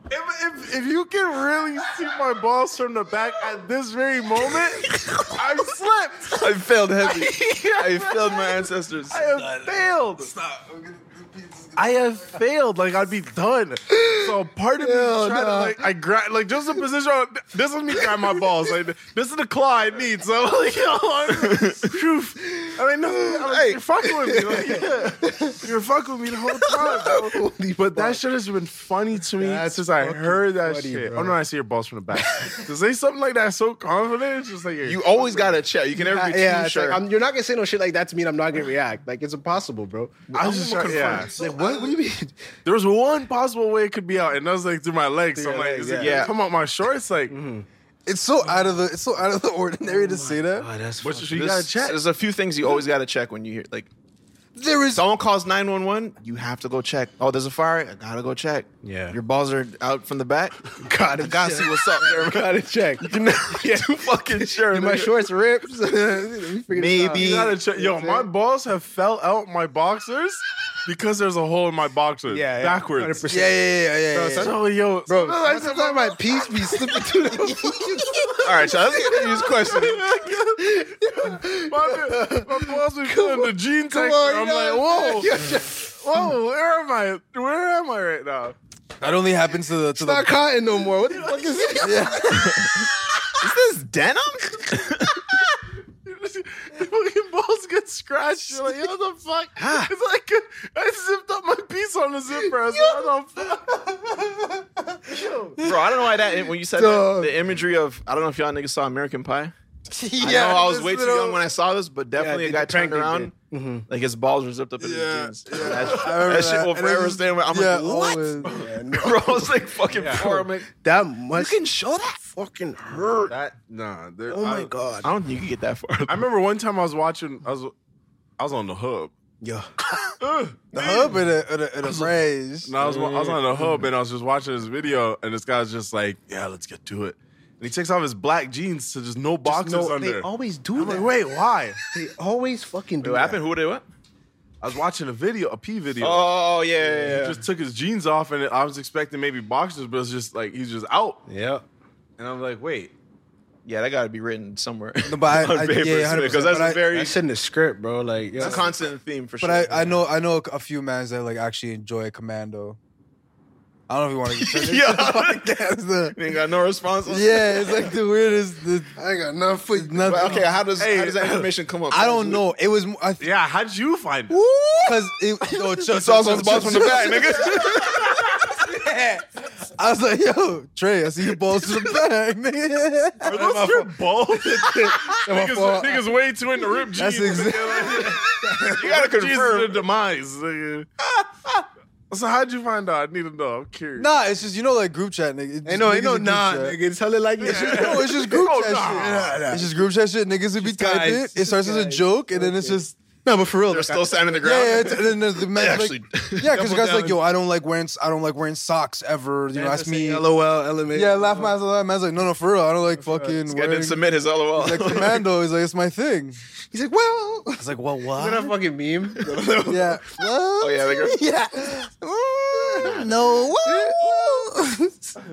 if, if, if you can really see my balls from the back at this very moment, I slipped. I failed heavy. I failed my ancestors. I have failed. I have failed. Like I'd be done. So part of me Hell trying to nah. like I grab like just the position. I- This is me grabbing my balls. Like this is the claw I need. So I'm like, yo, I'm, phew. I mean, no, I'm like, you're fucking with me. Like, yeah. You're fucking with me the whole time. Bro. But that shit has been funny to me since I heard that funny, shit. bro. Oh no, I see your balls from the back. to say something like that so confident, it's just like You always gotta check. You can never be too yeah, it's sure. like, I'm, you're not gonna say no shit like that to me, and I'm not gonna react. Like it's impossible, bro. I was just trying, yeah. Like, what? What do you mean? There was one possible way it could be out, and that was like through my legs. Through I'm your like, legs, is it yeah. gonna Mm-hmm. come out my shorts? Like, It's so out of the, it's so out of the ordinary to say that. Oh, Which you gotta check. There's a few things you always gotta check when you hear like there is someone calls nine one one. You have to go check. Oh, there's a fire. I gotta go check. Yeah. your balls are out from the back. gotta gotta see what's up. There. Gotta check. Too fucking sure. my nigga. shorts ripped. Maybe. You gotta check. Yo, my balls have fell out my boxers because there's a hole in my boxers. Yeah, yeah, backwards. 100%. Yeah, yeah, yeah, yeah, yeah, Bro, yeah. so- yo, Bro, so- I what's said, up with my piece be slipping through the All right, y'all. Let's get to these questions. my, my balls were feeling the gene texture. on, I'm you like, know. whoa, You're whoa, where am I? Where am I right now? That only happens to the to It's not the. cotton no more. What the fuck is this? Is this denim? fucking balls get scratched. You're like, yo, the fuck? Ah. It's like I zipped up my piece on the zipper. I said, what the fuck? Bro, I don't know why that when you said that, the imagery of I don't know if y'all niggas saw American Pie. I know I was this way too little- young when I saw this, but definitely they a guy turned pranked him, around, like his balls were zipped up in his jeans. That, I remember that shit that. will And it forever was- stay. in my- I'm yeah, like, what? always. Bro, I was like fucking poor. I'm like, That much can show that. fucking hurt. That nah. there- Oh my I- god. I don't think you can get that far. I remember one time I was watching. I was I was on the hub. Yeah. The hub or the, or the, or the rays. No, I was, I was on the Mm-hmm. hub and I was just watching this video, and this guy's just like, "Yeah, let's get to it." And he takes off his black jeans to just no boxes No, Oh they under. always do I'm that. like, wait, why? They always fucking do What that. happened? Who did what? I was watching a video, a P video. Oh yeah, yeah, He yeah. just took his jeans off, and I was expecting maybe boxers, but it's just like he's just out. yeah. And I'm like, wait, Yeah, that got to be written somewhere. No, but I- I- because yeah, 100%, that's but a I- very That's in the script, bro. Like, yo. it's a constant theme for But sure. I, I know I know a few mans that like actually enjoy Commando. I don't know if you want to get Yeah. podcast. The, You ain't got no response. on- yeah, it's like the weirdest. The, I ain't got nothing for you. nothing. But, okay, how does Hey. how does that information come up? I don't know. It was I th- yeah, how'd you find it? because it. Yo, Chuck, It's also the boss from the back, nigga. I was like, yo, Trey, I see your balls to the back, nigga. Are those your balls? niggas, fault. niggas way too into ripped jeans. That's nigga. Like, you gotta ripped jeans confirm. is the demise. nigga. so how'd you find out? I need to know. I'm curious. Nah, it's just you know like group chat, nigga. It's just Ain't no, ain't niggas no in group nah, chat. nigga. Tell it like this. No, it's just group Oh, chat nah. shit. It's just group chat shit. Niggas would be guys. typing. It Just starts as a guys. joke, and then it's Okay. just No, but for real, They're like, still I- standing the ground? Yeah, yeah. It's, and then there's the men, They like- actually- yeah, because the Double guys like, down. yo, I don't like wearing, I don't like wearing socks ever. You know, that's me. LOL, LMA. Yeah, laugh my ass off. Man's like, no, no, for real, I don't like fucking. This guy wearing, didn't submit his LOL. He's like commando. He's like, it's my thing. He's like, well. He's like, well, what? Isn't that a fucking meme? yeah. oh yeah, the girl. Yeah. no.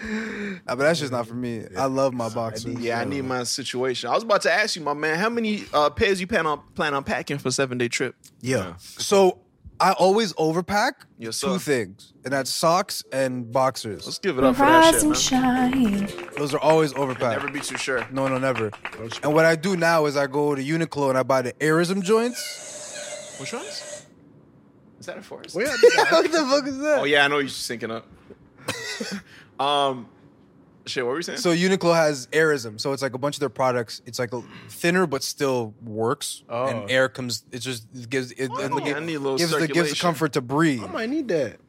Nah, but that's just not for me. I love my boxers. Yeah, I need my situation. I was about to ask you, my man, how many uh, pairs you plan on plan on packing for seven day trip? Yeah. So I always overpack Yes, sir. two things, and that's socks and boxers. Let's give Rise and shine. Those are always overpacked. Never be too sure. No, no, never. And what I do now is I go to Uniqlo and I buy the Aerism joints. Which ones? Is that a forest? what the fuck is that? Oh yeah, I know what you're syncing up. um, shit, what were you saying? So Uniqlo has Aerism, so it's like a bunch of their products. It's like thinner but still works, and air comes. It just it gives it and the- yeah, Oh. I need a little gives the gives the circulation. comfort to breathe. I might need that.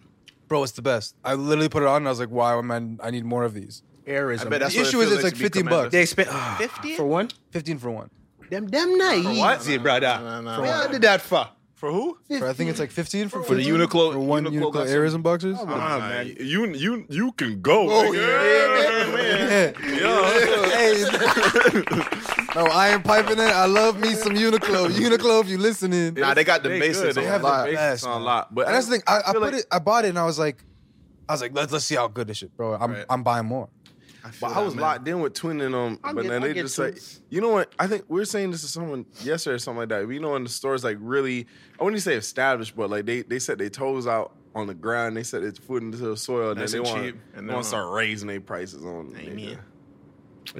Bro, it's the best. I literally put it on and I was like, wow, man, I need more of these. Airism. I bet that's The what it issue is feels it's like like to be 15 bucks. commanded. They spent fifty for one. Fifteen for one. Them, them not easy, brother. no, Where no. did that for? For who? For, I think it's like fifteen for, For the Uniqlo- for one Uniqlo Oh, Uniqlo, got some- Aerism boxers. Ah, man. You, you, you can go. Oh, yeah, hey, no, I am piping it. I love me some Uniqlo. Uniqlo, if you listening. Nah, they got the They basics good. They on have the lock. basics Yes, on man. lock, but and that's the thing. I, I put feel like- it. I bought it, and I was like, I was like, let's let's see how good this shit, bro. I'm Right. I'm buying more. But I was locked in with twin and um, I'll but get- then I'll they get just like, twins. you know what? I think we were saying this to someone yesterday or something like that. We know in the stores like really, I wouldn't say established, but like they they set their toes out on the ground, they set their foot into the soil, and Nice then and they want cheap, and and then, want uh, to start raising their prices on. Amen. What you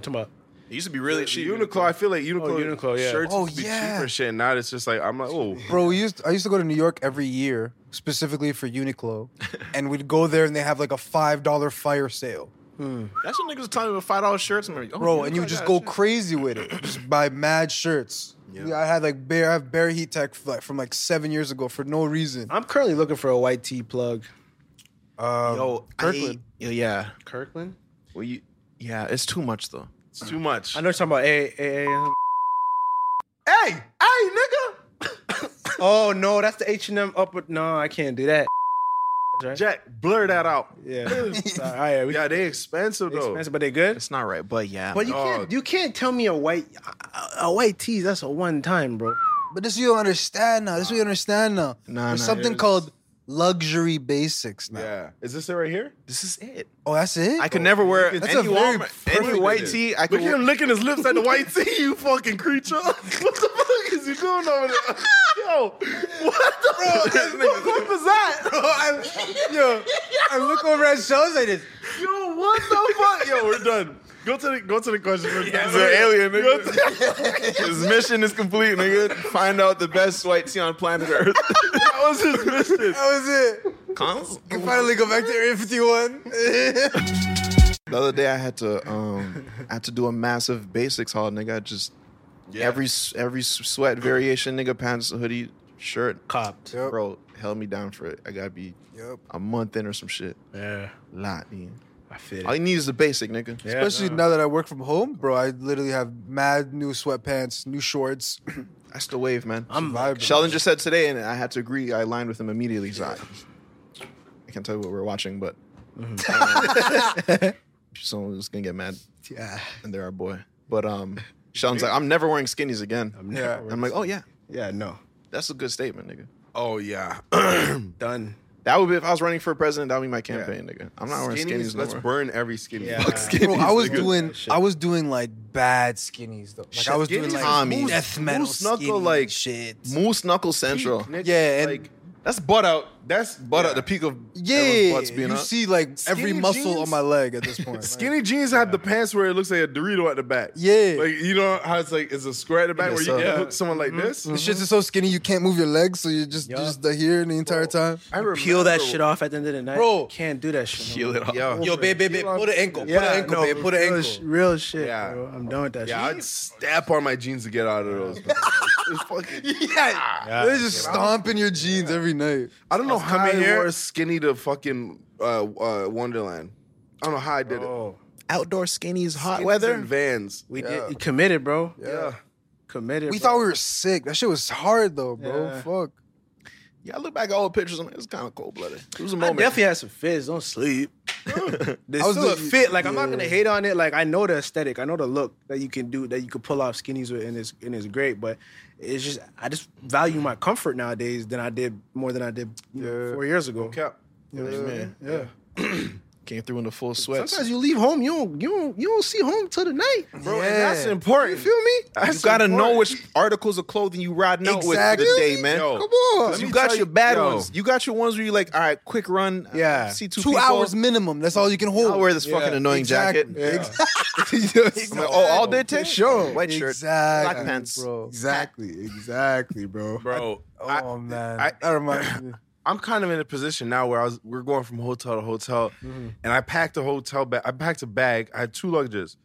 talking about? It used to be really cheap. Oh, Uniqlo, I feel like Uniqlo, Uniqlo, yeah. shirts Oh, used to be yeah. cheaper shit. Now it's just like I'm like, oh, Bro, we used I used to go to New York every year specifically for Uniqlo, and we'd go there and they have like a five dollar fire sale, That's what niggas telling me about five dollar shirts. I'm like, oh, bro, and you Uniqlo would just got go shit. crazy with it, just buy mad shirts. I had like bear I have bear heat tech f- like, from like seven years ago for no reason. I'm currently looking for a white tee plug. Um, Uh, Yo, Kirkland. I, yeah, Oh, Kirkland. well, you, yeah, it's too much though. it's too much. I know you're talking about Eh, a a. a- Hey, hey, nigga, Oh no, that's the H and M up. with- No, I can't do that. Right? Jack, blur that out. Yeah. Sorry, all right, we- Yeah, they expensive they though. expensive, but they good. It's not right, but yeah, But you can't you can't tell me a white a, a white tees. That's a one time, bro. But this you don't understand now. This you don't understand now. Nah, There's nah, something it's- called luxury basics now. Yeah, is this it right here? this is it. Oh, that's it. I could never wear That's any, a very Walmart- perfect- any white tee. I could Look at him licking his lips at the white tee, you fucking creature. What the fuck is you doing over there? Yo, what the fuck? What, what was that? Bro, I, yo, I look over at shows like this. Yo, what the fuck? Yo, we're done. Go to the go to the question. He's an alien, Go nigga. to- His mission is complete, nigga. Find out the best white tea on planet Earth. that was his mission. That was it. Cons? You finally go back to Area 51. The other day, I had to um, I had to do a massive basics haul, nigga. I just every s- every s- sweat variation, nigga, pants, hoodie, shirt, Copped. Yep. bro, held me down for it. I gotta be yep. a month in or some shit. Yeah, Lot in. I feel All you need is the basic, nigga. Yeah, Especially no. now that I work from home, bro. I literally have mad new sweatpants, new shorts. That's the wave, man. I'm vibing. Sheldon just said today, and I had to agree. I aligned with him immediately. So I, I can't tell you what we're watching, but Mm-hmm. um, someone's gonna get mad. Yeah. and they're our boy. But um, Sean's like, I'm never wearing skinnies again. I'm, never Yeah. wearing like, oh yeah, Yeah, no, that's a good statement, nigga. Oh yeah, done. That would be if I was running for president. That would be my campaign, nigga. I'm not wearing skinnies. no Let's more. burn every skinny. Yeah. Fuck skinny. Bro, I was nigga. doing I was doing like bad skinnies though. Like I was doing skinnies like is Tommy. death metal Moose knuckle, skinny like, shit. Moose knuckle central. Nigga, Yeah, and- like That's butt out. that's Butt yeah. out. The peak of everyone's Yeah, butts being you up. see like every Skinny muscle jeans? on my leg at this point. Like, Skinny jeans have the pants where it looks like a Dorito at the back. Yeah. like you know how it's like it's a square at the back Yes, where you sir. can hook someone like this. the shits is so skinny you can't move your legs, so you're just you're just here the entire time. I remember, Peel that shit off at the end of the night, Bro. Can't do that shit. no Peel it off. Yo, babe, babe, babe, put an ankle, put Yeah, no, real sh- real shit. Yeah. bro. I'm done with that. Yeah, shit. I'd step on my jeans to get out of those. It's fucking- Yeah, they're just stomping your jeans every night. I don't know how coming I here- wore skinny to fucking uh, uh, Wonderland. I don't know how I did it. Oh, Outdoor skinnies, hot Skins weather. and Vans. we did. You committed, bro. Yeah. committed. We bro. thought we were sick. That shit was hard though, bro. Yeah. Fuck. Yeah, I look back at old pictures. I'm like, it's kind of cold blooded. It was a I moment. definitely had some fits. Don't sleep. There's I was still a looking- fit. Like I'm not yeah. gonna hate on it. Like I know the aesthetic. I know the look that you can do that you can pull off skinnies with, and it's and it's great. But it's just I just value my comfort nowadays than I did more than I did you know, four years ago. You know what I mean? Yeah. Came through in the full sweats. Sometimes you leave home, you don't you don't you don't see home till the night, bro. and that's important. You feel me? you gotta know which articles of clothing you riding out Exactly. with today, man. Yo, Come on. You let me got tell your you- bad yo. ones. You got your ones where you like, all right, quick run. uh, Yeah. see two, Two people. hours minimum. That's all you can hold. I'll wear this fucking annoying jacket. jacket. I'm like, oh, all day ten. Sure. White shirt, Exactly, black pants. bro. Exactly, exactly, bro. Bro, Oh man, I- that reminds me. I'm kind of in a position now where I was we're going from hotel to hotel, and I packed a hotel bag. I packed a bag. I had two luggages.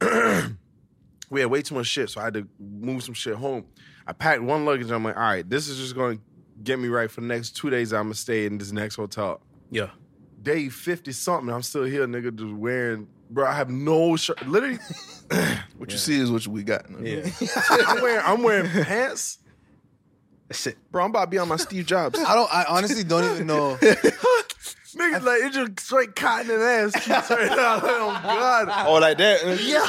we had way too much shit, so I had to move some shit home. I packed one luggage. I'm like, all right, this is just going to get me right for the next two days. I'm gonna stay in this next hotel. Yeah. Day fifty something, I'm still here, nigga, just wearing. Bro, I have no shirt. Literally, What you see is what we got. Yeah. I'm wearing, I'm wearing pants. That's it. Bro, I'm about to be on my Steve Jobs. I don't. I honestly don't even know. Nigga, like it just straight cotton and ass cheeks right now. Like, oh God. Oh, like that. Yeah.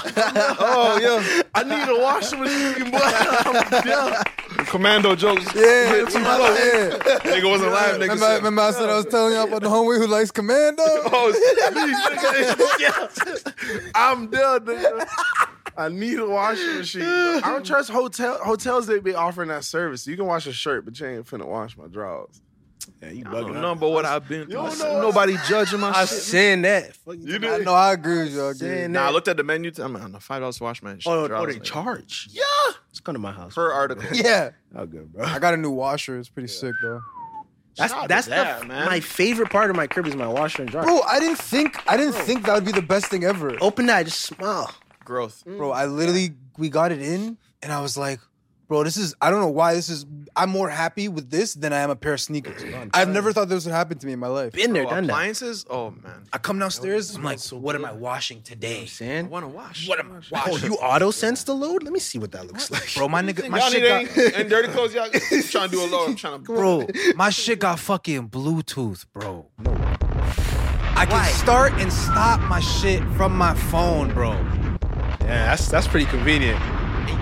Oh, yeah. I need a washing machine, boy. I'm done. Commando jokes. Yeah, Hit too close. yeah. Nigga wasn't live, nigga. Remember, remember I said I was telling y'all about the homie who likes Commando. Oh, yeah. I'm done, nigga. I need a washing machine. I don't trust hotel hotels. They be offering that service. You can wash a shirt, but you ain't finna wash my drawers. Yeah, you I don't bugging. know out. about what I've been through. don't I know said, what- Nobody judging my Oh, I shit. saying that. Fuck you. You I do. know I agree with you. I agree. Saying Nah, I that. looked at the menu. I'm like, five dollars to wash my shit. Oh, oh, drawers, they nigga. charge. Yeah, It's come to my house. per article. Yeah, How good, bro. I got a new washer. It's pretty sick though. That's Shout out that's to the, that, man. my favorite part of my crib is my washer and dryer. Bro, I didn't think I didn't think that would be the best thing ever. Open that, just smile. Growth. Bro, I literally we got it in and I was like, bro, this is I don't know why this is I'm more happy with this than I am a pair of sneakers. I've never thought this would happen to me in my life. Been there, Bro, done that. appliances. Oh man, I come downstairs, I'm like, what am I washing today? I Saying, want to wash. What am I oh, washing? you auto sense the load? Let me see what that looks like, bro, my nigga, my y'all shit need got, any, any dirty clothes? Y'all trying to do a low? I'm trying to. bro, My shit got fucking Bluetooth, bro. I can start and stop my shit from my phone, bro. Yeah, that's that's pretty convenient.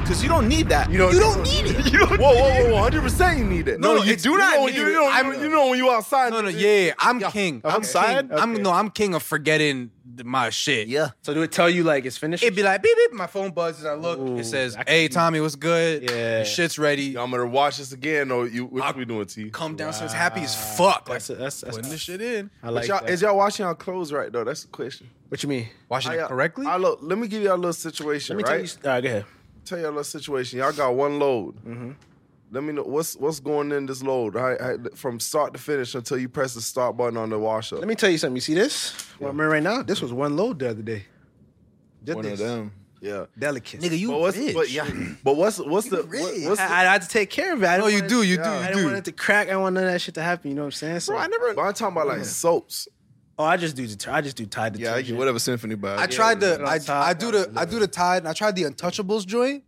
Because you don't need that. You don't- You don't need it. Whoa, whoa, whoa, whoa! Hundred percent, you need it. No, you it's- do not know, need you it. Know, I'm- you, know, you know when you outside. No, no, yeah, I'm king. I'm Outside? king. I'm Okay. no, I'm king of forgetting th- my shit. Yeah. So do it tell you like it's finished? It'd be like beep beep. My phone buzzes. I look. Ooh, it says, "Hey, Tommy, what's good? Yeah. Your shit's ready." I'm gonna watch this again. Or you, what we doing, T? Come downstairs happy as fuck. Like that's that's, that's putting this shit in. I like But y'all, that. is y'all washing y'all clothes right though? That's the question. what you mean? Washing I- it correctly. I look. Let me give y'all a little situation. Let me right? tell you. All right, go ahead. tell y'all a situation. Y'all got one load. Mm-hmm. Let me know what's what's going in this load right, right, from start to finish until you press the start button on the washer. Let me tell you something. You see this? What I'm wearing right now? This was one load the other day. Did One this. of them. yeah. Delicate. Nigga, you But what's rich. but yeah, but what's what's the what- what's the, I, I had to take care of it. I No, didn't you want do, it- you do, I you didn't do. want it to crack. I didn't want none of that shit to happen. You know what I'm saying? So, Bro, I never. but I'm talking about like soaps. oh, I just do deter- I just do Tide Yeah, I detergent. get whatever symphony by. I tried the yeah. I, On top, I do the I do the Tide and I tried the Untouchables joint.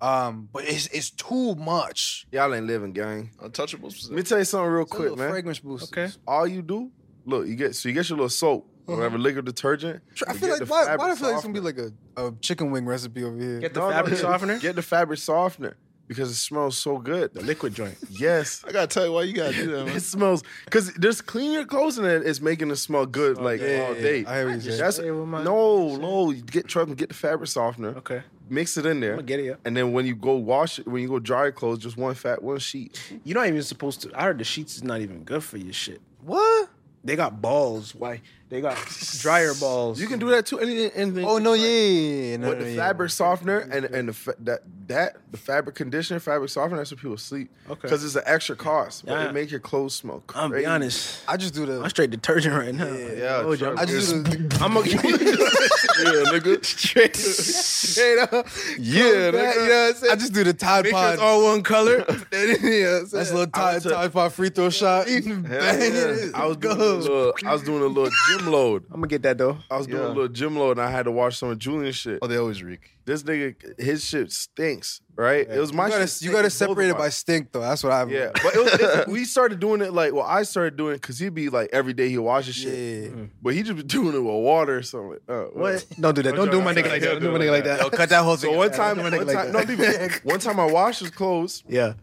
Um, but it's it's too much. Y'all ain't living, gang. Untouchables. Let me tell you something real It's a quick, little man. Fragrance boost. Okay. All you do, look, you get so you get your little soap, whatever liquid detergent. Uh-huh. I you feel get like the why, fabric why do I feel like it's gonna be softener. like a, a chicken wing recipe over here. Get the No, no, fabric get- softener. Get the fabric softener because it smells so good. The liquid joint. Yes. I gotta tell you why you gotta do that. Man. It smells because just clean your clothes and it- it's making it smell good like all day. I hear what you're saying. That's Hey, what am I no, no. You get truck and get the fabric softener. Okay. Mix it in there. I'ma get it, yeah. And then when you go wash it, when you go dry your clothes, just one fat, one sheet. You're not even supposed to. I heard the sheets is not even good for your shit. What? They got balls. Why? They got dryer balls. You can do that too. Anything. anything Oh no, yeah, yeah, yeah. No, With no, the yeah. fabric softener and and the fa- that that the fabric conditioner, fabric softener, that's what people sleep. Okay. Because it's an extra cost, but Yeah. it make your clothes smell. Crazy. I'm be honest. I just do the I'm straight detergent right now. Yeah, Oh, I'm I just do the I'm a yeah, nigga. straight, straight up. Yeah, Yeah, you know what I'm saying? I just do the Tide Make sure Pod. it's all one color. That's a little I Tide, went to- Tide Pod free throw shot. Hell yeah. I was doing a little, I was doing a little gym gym load. I'm gonna get that though. I was doing a Yeah. little gym load and I had to watch some of Julian's shit. Oh, they always reek. This nigga, his shit stinks, right? It was my You shit. gotta, you stink. gotta Both of separate it us. by stink, though. That's what I. Yeah, but it was, it- we started doing it like, well, I started doing it because he'd be like every day he'd wash his shit. Mm. But he just be doing it with water or something. Uh, What? Don't do that. Don't do my nigga like that. Don't do my nigga like that. Yo, cut that whole So thing one out. time, Don't one do my nigga like time, no, that. leave it. one time I washed his clothes Yeah.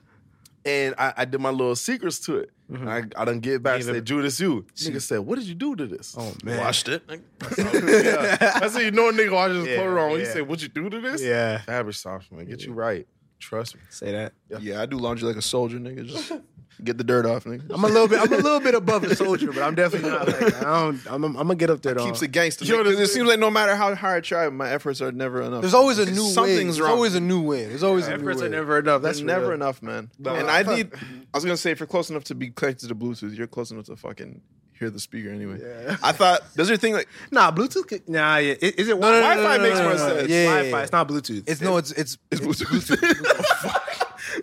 and I, I did my little secrets to it. And I, I done get back and said, Judas, you. Nigga said, what did you do to this? Oh, man. Washed it. yeah. That's how you know a nigga washes his Yeah, clothes wrong. When You yeah. say, what you do to this? Yeah. Fabric softener. Get you right. Trust me. Say that. Yeah. I do laundry like a soldier, nigga. Just get the dirt off, nigga. I'm a little bit. I'm a little bit above a soldier, but I'm definitely not. Like, I don't. I'm, I'm gonna get up there. Though. keeps a gangster. Yo, it seems like no matter how hard I try, my efforts are never enough. There's always a new way. Something's There's wrong. always a new way. There's always a new Efforts way. are never enough. That's never real. enough, man. No, and I I thought- need. I was gonna say, if you're close enough to be connected to Bluetooth, you're close enough to fucking hear the speaker anyway. Yeah. I thought. Does your thing like? Nah, Bluetooth. could- Nah, yeah. I- Is it No, no, no, Wi-Fi? no, no, makes no, more no, no. sense. Yeah, yeah, Wi-Fi. yeah. It's not Bluetooth. It's no, it's it's it's Bluetooth.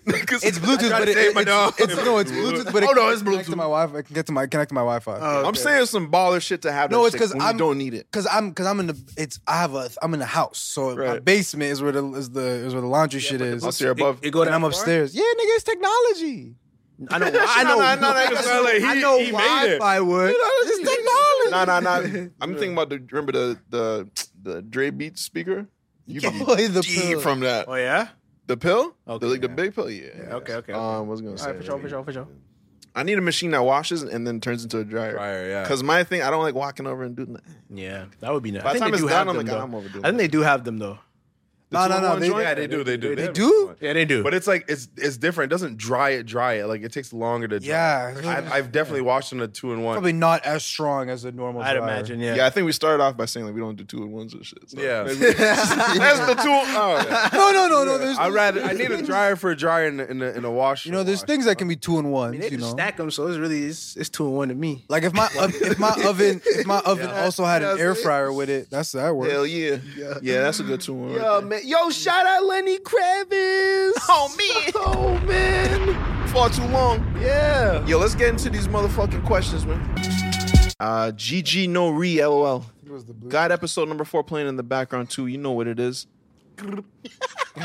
it's Bluetooth, tried but to it, save it's, my dog. it's no, it's Bluetooth, but it Oh, no, it's connects to my Wi-Fi. I can get to my connect to my Wi-Fi. I'm saying some baller shit to have. no, that it's shit because when you I don't need it. Because I'm because I'm in the it's I have a I'm in the house, so my basement is where the is the is where the laundry shit is. bus- you're above- It, go and I'm upstairs. Yeah, nigga, it's technology. I know. I know. Nah, nah, nah, I that's know- like I he- know he made it. Wi-Fi would. It's technology. Nah, nah, nah. I'm thinking about the remember the the the Dre Beat speaker. You play the pill. from that. Oh yeah. The pill? Okay, the, like the big pill. Yeah. Okay. Okay. Um, I was gonna All say. right, for sure, for sure, for sure. I need a machine that washes and then turns into a dryer. Dryer, yeah. Because my thing, I don't like walking over and doing that. Yeah, that would be nice. By I the think time they it's do done, have I'm like, them though. I'm overdue. I think they do have them though. No, no, no. They, They, yeah, they do. They do. They have do. Yeah, they do. But it's like it's it's different. It doesn't dry it, dry it. Like it takes longer to dry. Yeah. I've, I've definitely washed in a two and one. Probably not as strong as a normal. dryer. Yeah. I think we started off by saying like we don't do two and ones and shit. so- Yeah. Maybe- that's the two. Oh, yeah. No, no, no, no. There's I rather I need a dryer for a dryer and a, and a, and a wash. You know, there's things that can be two in ones. They you just know, stack them, so it's really it's, it's two and one to me. Like if my ov- if my oven if my oven also had an That's air it. fryer with it, that's that works. Hell yeah. yeah. that's a good two one. Yo, Oh, man. Yo, shout out Lenny Kravitz. Oh man. Oh man. Far too long. Yeah. Yo, let's get into these motherfucking questions, man. Uh GG no re LOL. Got episode number four playing in the background too. You know what it is.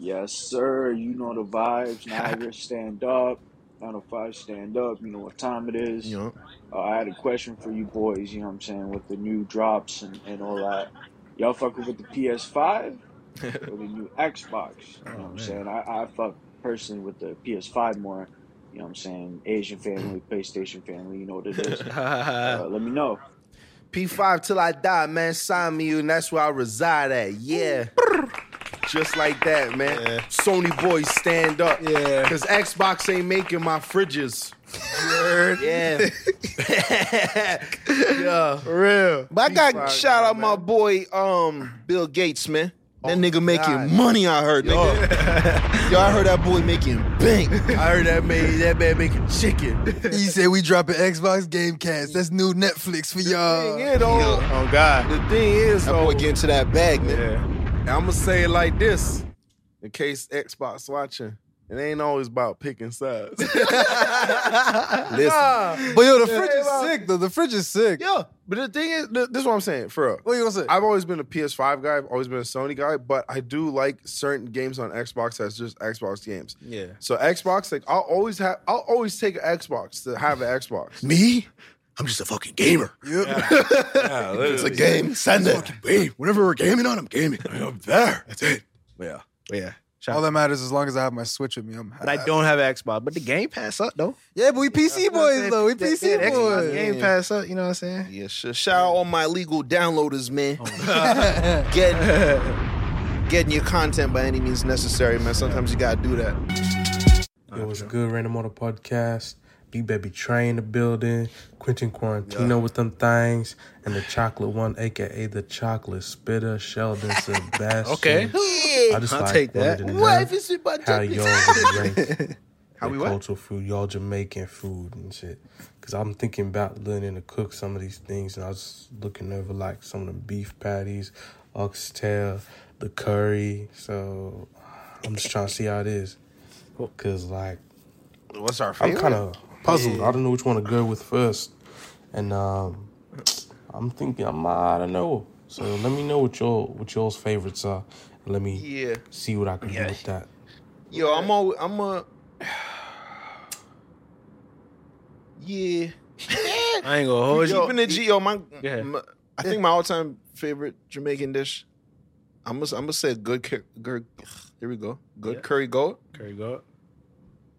Yes, sir. You know the vibes. Niagara stand up. Nine to five stand up. You know what time it is. Yup. Uh, I had a question for you boys. You know what I'm saying with the new drops and, and all that. Y'all fucking with the PS5 or the new Xbox? You know what I'm saying? Oh, I, I fuck personally with the PS5 more. You know what I'm saying? Asian family, PlayStation family. You know what it is. uh, let me know. P5 till I die, man. Sign me, and that's where I reside at. Yeah. Just like that, man. Sony boys stand up. Yeah. Cause Xbox ain't making my fridges. Yeah. yeah. For real. But I got P5, shout out my boy um Bill Gates, man. That nigga making God. money, I heard, nigga. Yo, I heard that boy making bank. I heard that man, that man making chicken. he said we dropping Xbox Gamecast. That's new Netflix for y'all. Yeah, though. Oh God. The thing is, That boy get into that bag, man. I'm gonna say it like this, in case Xbox watching. It ain't always about picking sides. Nah. But yo, the Yeah. fridge is sick though. The fridge is sick. Yeah, but the thing is, th- this is what I'm saying. For real, what you gonna say? I've always been a PS5 guy. I've always been a Sony guy, but I do like certain games on Xbox as just Xbox games. Yeah. So Xbox, like I'll always have, I'll always take an Xbox to have an Xbox. Me? I'm just a fucking gamer. it's a game. Send it. Fucking game. Whenever we're gaming on, I'm gaming. I'm there. That's it. Yeah. Yeah. All that matters as long as I have my Switch with me. I'm But I don't have an Xbox. But the Game Pass up though. Yeah, but we PC boys saying. though. We Yeah, PC yeah, Xbox boys. Game Pass up. You know what I'm saying? Yeah, sure. Shout out all my illegal downloaders, man. getting, getting your content by any means necessary, man. Sometimes you gotta do that. It was good Random Motor Podcast. B Baby Train the building. Quentin Quarantino with them things. And the chocolate one, aka the chocolate spitter, Sheldon Sebastian. Okay. I just I'll like take that. wanted to What know if it's about how chocolate? y'all would rank How how we we what? cultural food, y'all Jamaican food and shit. Cause I'm thinking about learning to cook some of these things and I was looking over like some of the beef patties, oxtail, the curry. So I'm just trying to see how it is. Cause like What's our I'm kind of puzzled. I don't know which one to go with first. And um, I'm thinking, I'm, I don't know. So let me know what your what y'all's favorites are. And let me Yeah. see what I can do with that. Yo, I'm all I'm a Yeah. I ain't gonna hold you. Keeping it G, yo, my, Yeah. my- I think my all-time favorite Jamaican dish. I'm gonna, I'm gonna say good, cur- good. Here we go. Good Yeah. curry goat. Curry goat.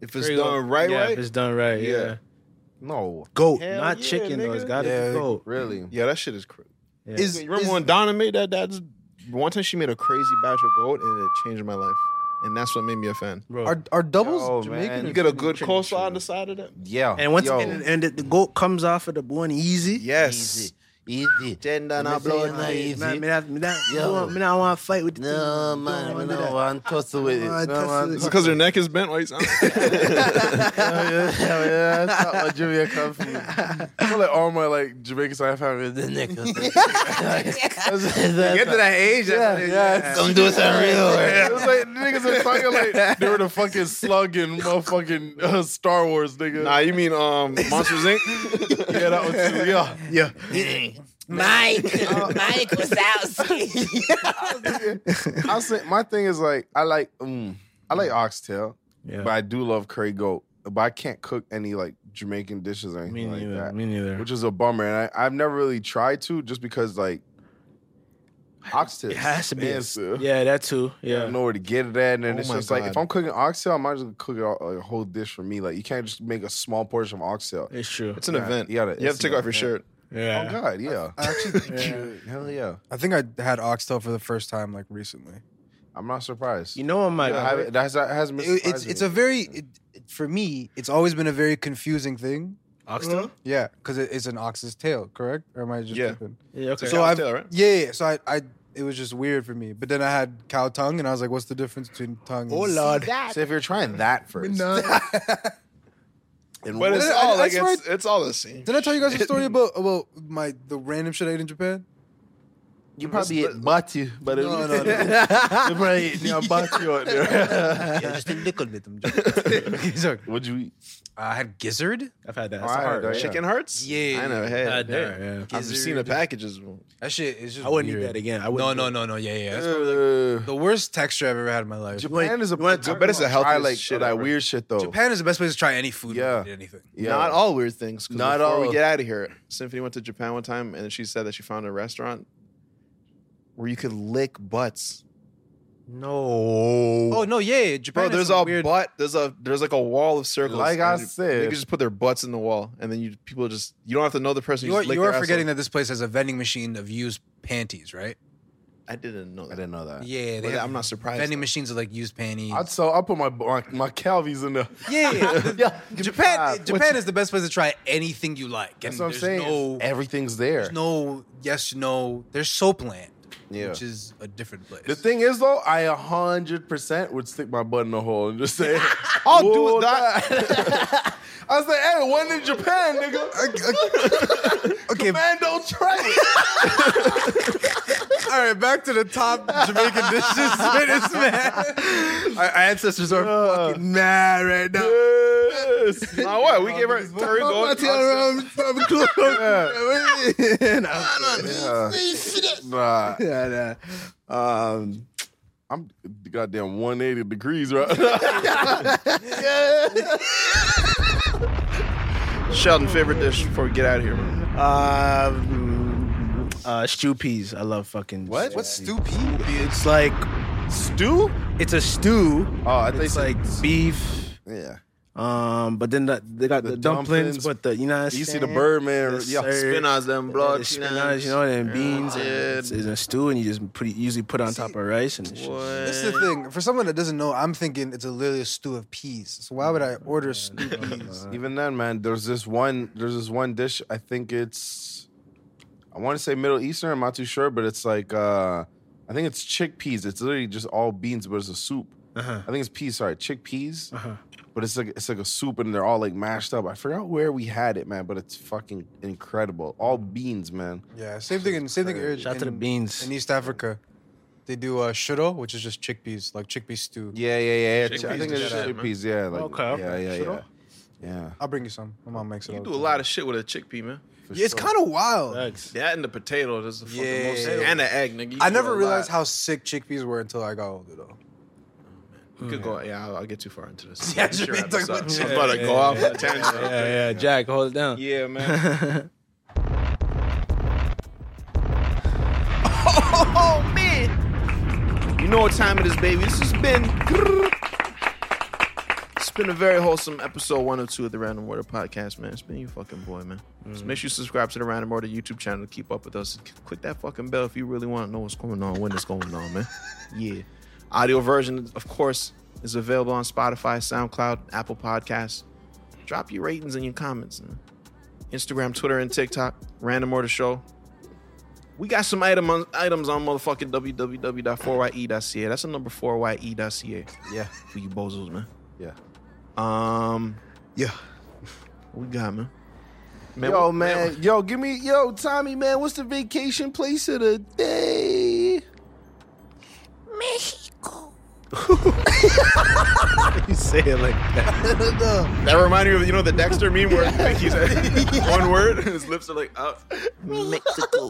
If it's Curry goat. done right, Yeah, right. if it's done right, yeah. No Goat, Hell not yeah, chicken though. It's nigga. gotta Yeah. be goat. Really? Yeah, that shit is crazy. Yeah. Is, you remember when Donna made that? That's one time she made a crazy batch of goat and it changed my life, and that's what made me a fan. Are, are doubles Yo, Jamaican? Oh, man. or You get a Jamaican? good coleslaw on the side of that. Yeah, And once and, and the, the goat comes off of the bun easy. Yes. Easy. easy. Tender not blowing Man, easy. man, man, man, Yo. man, man, I want to fight with the No, thing. man, Don't man, do no that. one tussle with it. No No one Is it because her neck is bent? Why you sound? yeah, that's not what Jamaica comes from. I feel like all my like Jamaican side family the nigga. get to that age, yeah, that's- yeah. Come do something real. It was like niggas are talking like they were the fucking slug in motherfucking uh, Star Wars, nigga. Nah, you mean um Monsters Inc. yeah, that one too. Yeah, yeah. Mike, Oh, Mike Wazowski. I say my thing is like I like mm, I like oxtail, but I do love curry goat. But I can't cook any like Jamaican dishes or anything Me like neither, that. me neither. Which is a bummer, and I, I've never really tried to, just because like oxtail It has to be. expensive. Yeah, that too. I Yeah. don't know where to get it at, and then Oh it's my just like if God. I'm cooking oxtail, I might as well cook it all, like, a whole dish for me. Like you can't just make a small portion of oxtail. It's true. It's an event. You, gotta, You have it's to take an off your event. shirt. Yeah. Oh God, yeah. Hell yeah. I think I had oxtail for the first time like recently. I'm not surprised. You know, I'm like, Yeah, I haven't- that has- that hasn't been It- it's surprising it's a me. very it, it- for me. It's always been a very confusing thing. Oxtail? Yeah, because it, it's an ox's tail, correct? Or am I just Yeah. tripping? Yeah, okay. So I Oxtail, right? yeah, yeah. So I, I it was just weird for me. But then I had cow tongue, and I was like, what's the difference between tongue? Oh, And So Oh, if you're trying that first, and But what- Oh, it's I- all I like swear- it's, it's all the same. Did I tell you guys a story about about my the random shit I ate in Japan? You probably ate batu, but it No, no, no. you probably ate near batu out there. yeah, just a little bit. I'm What'd you eat? I had gizzard. I've had that. It's hard, right? Chicken hearts? Yeah. I never had. Uh, that. yeah, yeah. I've just seen the Gizzard. packages. That shit is just. I wouldn't eat weird. that again. I wouldn't No, do no, no, no. Yeah, yeah. That's probably like the worst texture I've ever had in my life. Japan is a but it's the I healthiest like shit that ever. weird shit though. Japan is the best place to try any food. Yeah. Yeah. Anything. Yeah. Not all weird things. 'cause Not before all. we get out of here, Symphony went to Japan one time and she said that she found a restaurant where you could lick butts. Oh. Oh No. no, yeah, yeah. Japan. Bro, there's a butt. There's a there's like a wall of circles. Like I and you- said. they can just put their butts in the wall, and then you people just you don't have to know the person. You, You're, just lick you're their asshole. forgetting that this place has a vending machine of used panties, right? I didn't know. That. I didn't know that. Yeah, But they have I'm not surprised. vending machines of like used panties. I'd sell. I'll put my my, my Calvies in there. yeah, yeah. yeah. Japan. Japan is the best place to try anything you like. And That's what I'm there's saying. No, Everything's there. there's no yes, no. There's Soapland, Yeah. which is a different place. The thing is though, I a hundred percent would stick my butt in the hole and just say, I'll do "Whoa, that." I was like, "Hey, one in Japan, nigga. okay, man, don't try it." All right, back to the top Jamaican dishes for this man. Our ancestors are Uh, fucking mad right now. Nah, what? We gave her curry goat. Nah, Yeah, um, I'm goddamn 180 degrees, right? Sheldon, favorite dish before we get out of here. man. Um, uh, stew peas. I love fucking What? What's stew peas? It's like stew. It's a stew. Oh, I think it's like beef. Yeah. Um, but then the, they got the, dumplings. dumplings, but the you know what I'm You see the saying? Birdman, yeah. sir. Spinach, them Yeah, blood, the you know, spinach, you know, and beans. yeah. and It's, it's a stew, and you just put it- usually put it on top of rice and it's just- That's the thing. For someone that doesn't know, I'm thinking it's a literally a stew of peas. So why would I order stew peas? Even then, man, there's this one. There's this one dish. I think it's. I want to say Middle Eastern. I'm not too sure, but it's like uh I think it's chickpeas. It's literally just all beans, but it's a soup. Uh-huh. I think it's peas. Sorry, chickpeas. But it's like it's like a soup, and they're all like mashed up. I forgot where we had it, man, but it's fucking incredible. All beans, man. Yeah, same thing. In, same thing. in- Shout out to the in- beans. in East Africa. They do uh, shuro, which is just chickpeas, like chickpea stew. Yeah, yeah, yeah. yeah. Chickpeas I think is it's shit, chickpeas. Yeah, like Okay, okay. yeah, yeah, yeah. Shit. Yeah. I'll bring you some. My mom makes it. You all do the a time. lot of shit with a chickpea, man. Yeah, it's kind of wild. That and the potato. That's the fucking Yeah. most. And the egg, nigga. You I do a never lot. realized how sick chickpeas were until I got older, though. You could go. Yeah, I'll, I'll get too far into this. Yeah, Sure, you're wrap this talking up. about I'm about to Yeah, go off yeah, on a tangent. Yeah, yeah, yeah. Jack, hold it down. Yeah, man. Oh, man. You know what time it is, baby. This has been. It's been a very wholesome episode 102 of the Random Order podcast, man. It's been your fucking boy, man. Just make sure you subscribe to the Random Order YouTube channel to keep up with us. Click that fucking bell if you really want to know what's going on, when it's going on, man. Yeah. Audio version, of course, is available on Spotify, SoundCloud, Apple Podcasts. Drop your ratings and your comments, man. Instagram, Twitter, and TikTok. Random Order Show. We got some item on, items on motherfucking www.4ye.ca. That's the number E 4ye.ca. Yeah. For you bozos, man. Yeah. Um. Yeah. What we got, man? yo, what- man. Yo, give me, yo, Tommy, man. What's the vacation place of the day? you say it like that. that reminded me of you know the Dexter meme where like, he's one word, his lips are like up. Mexico.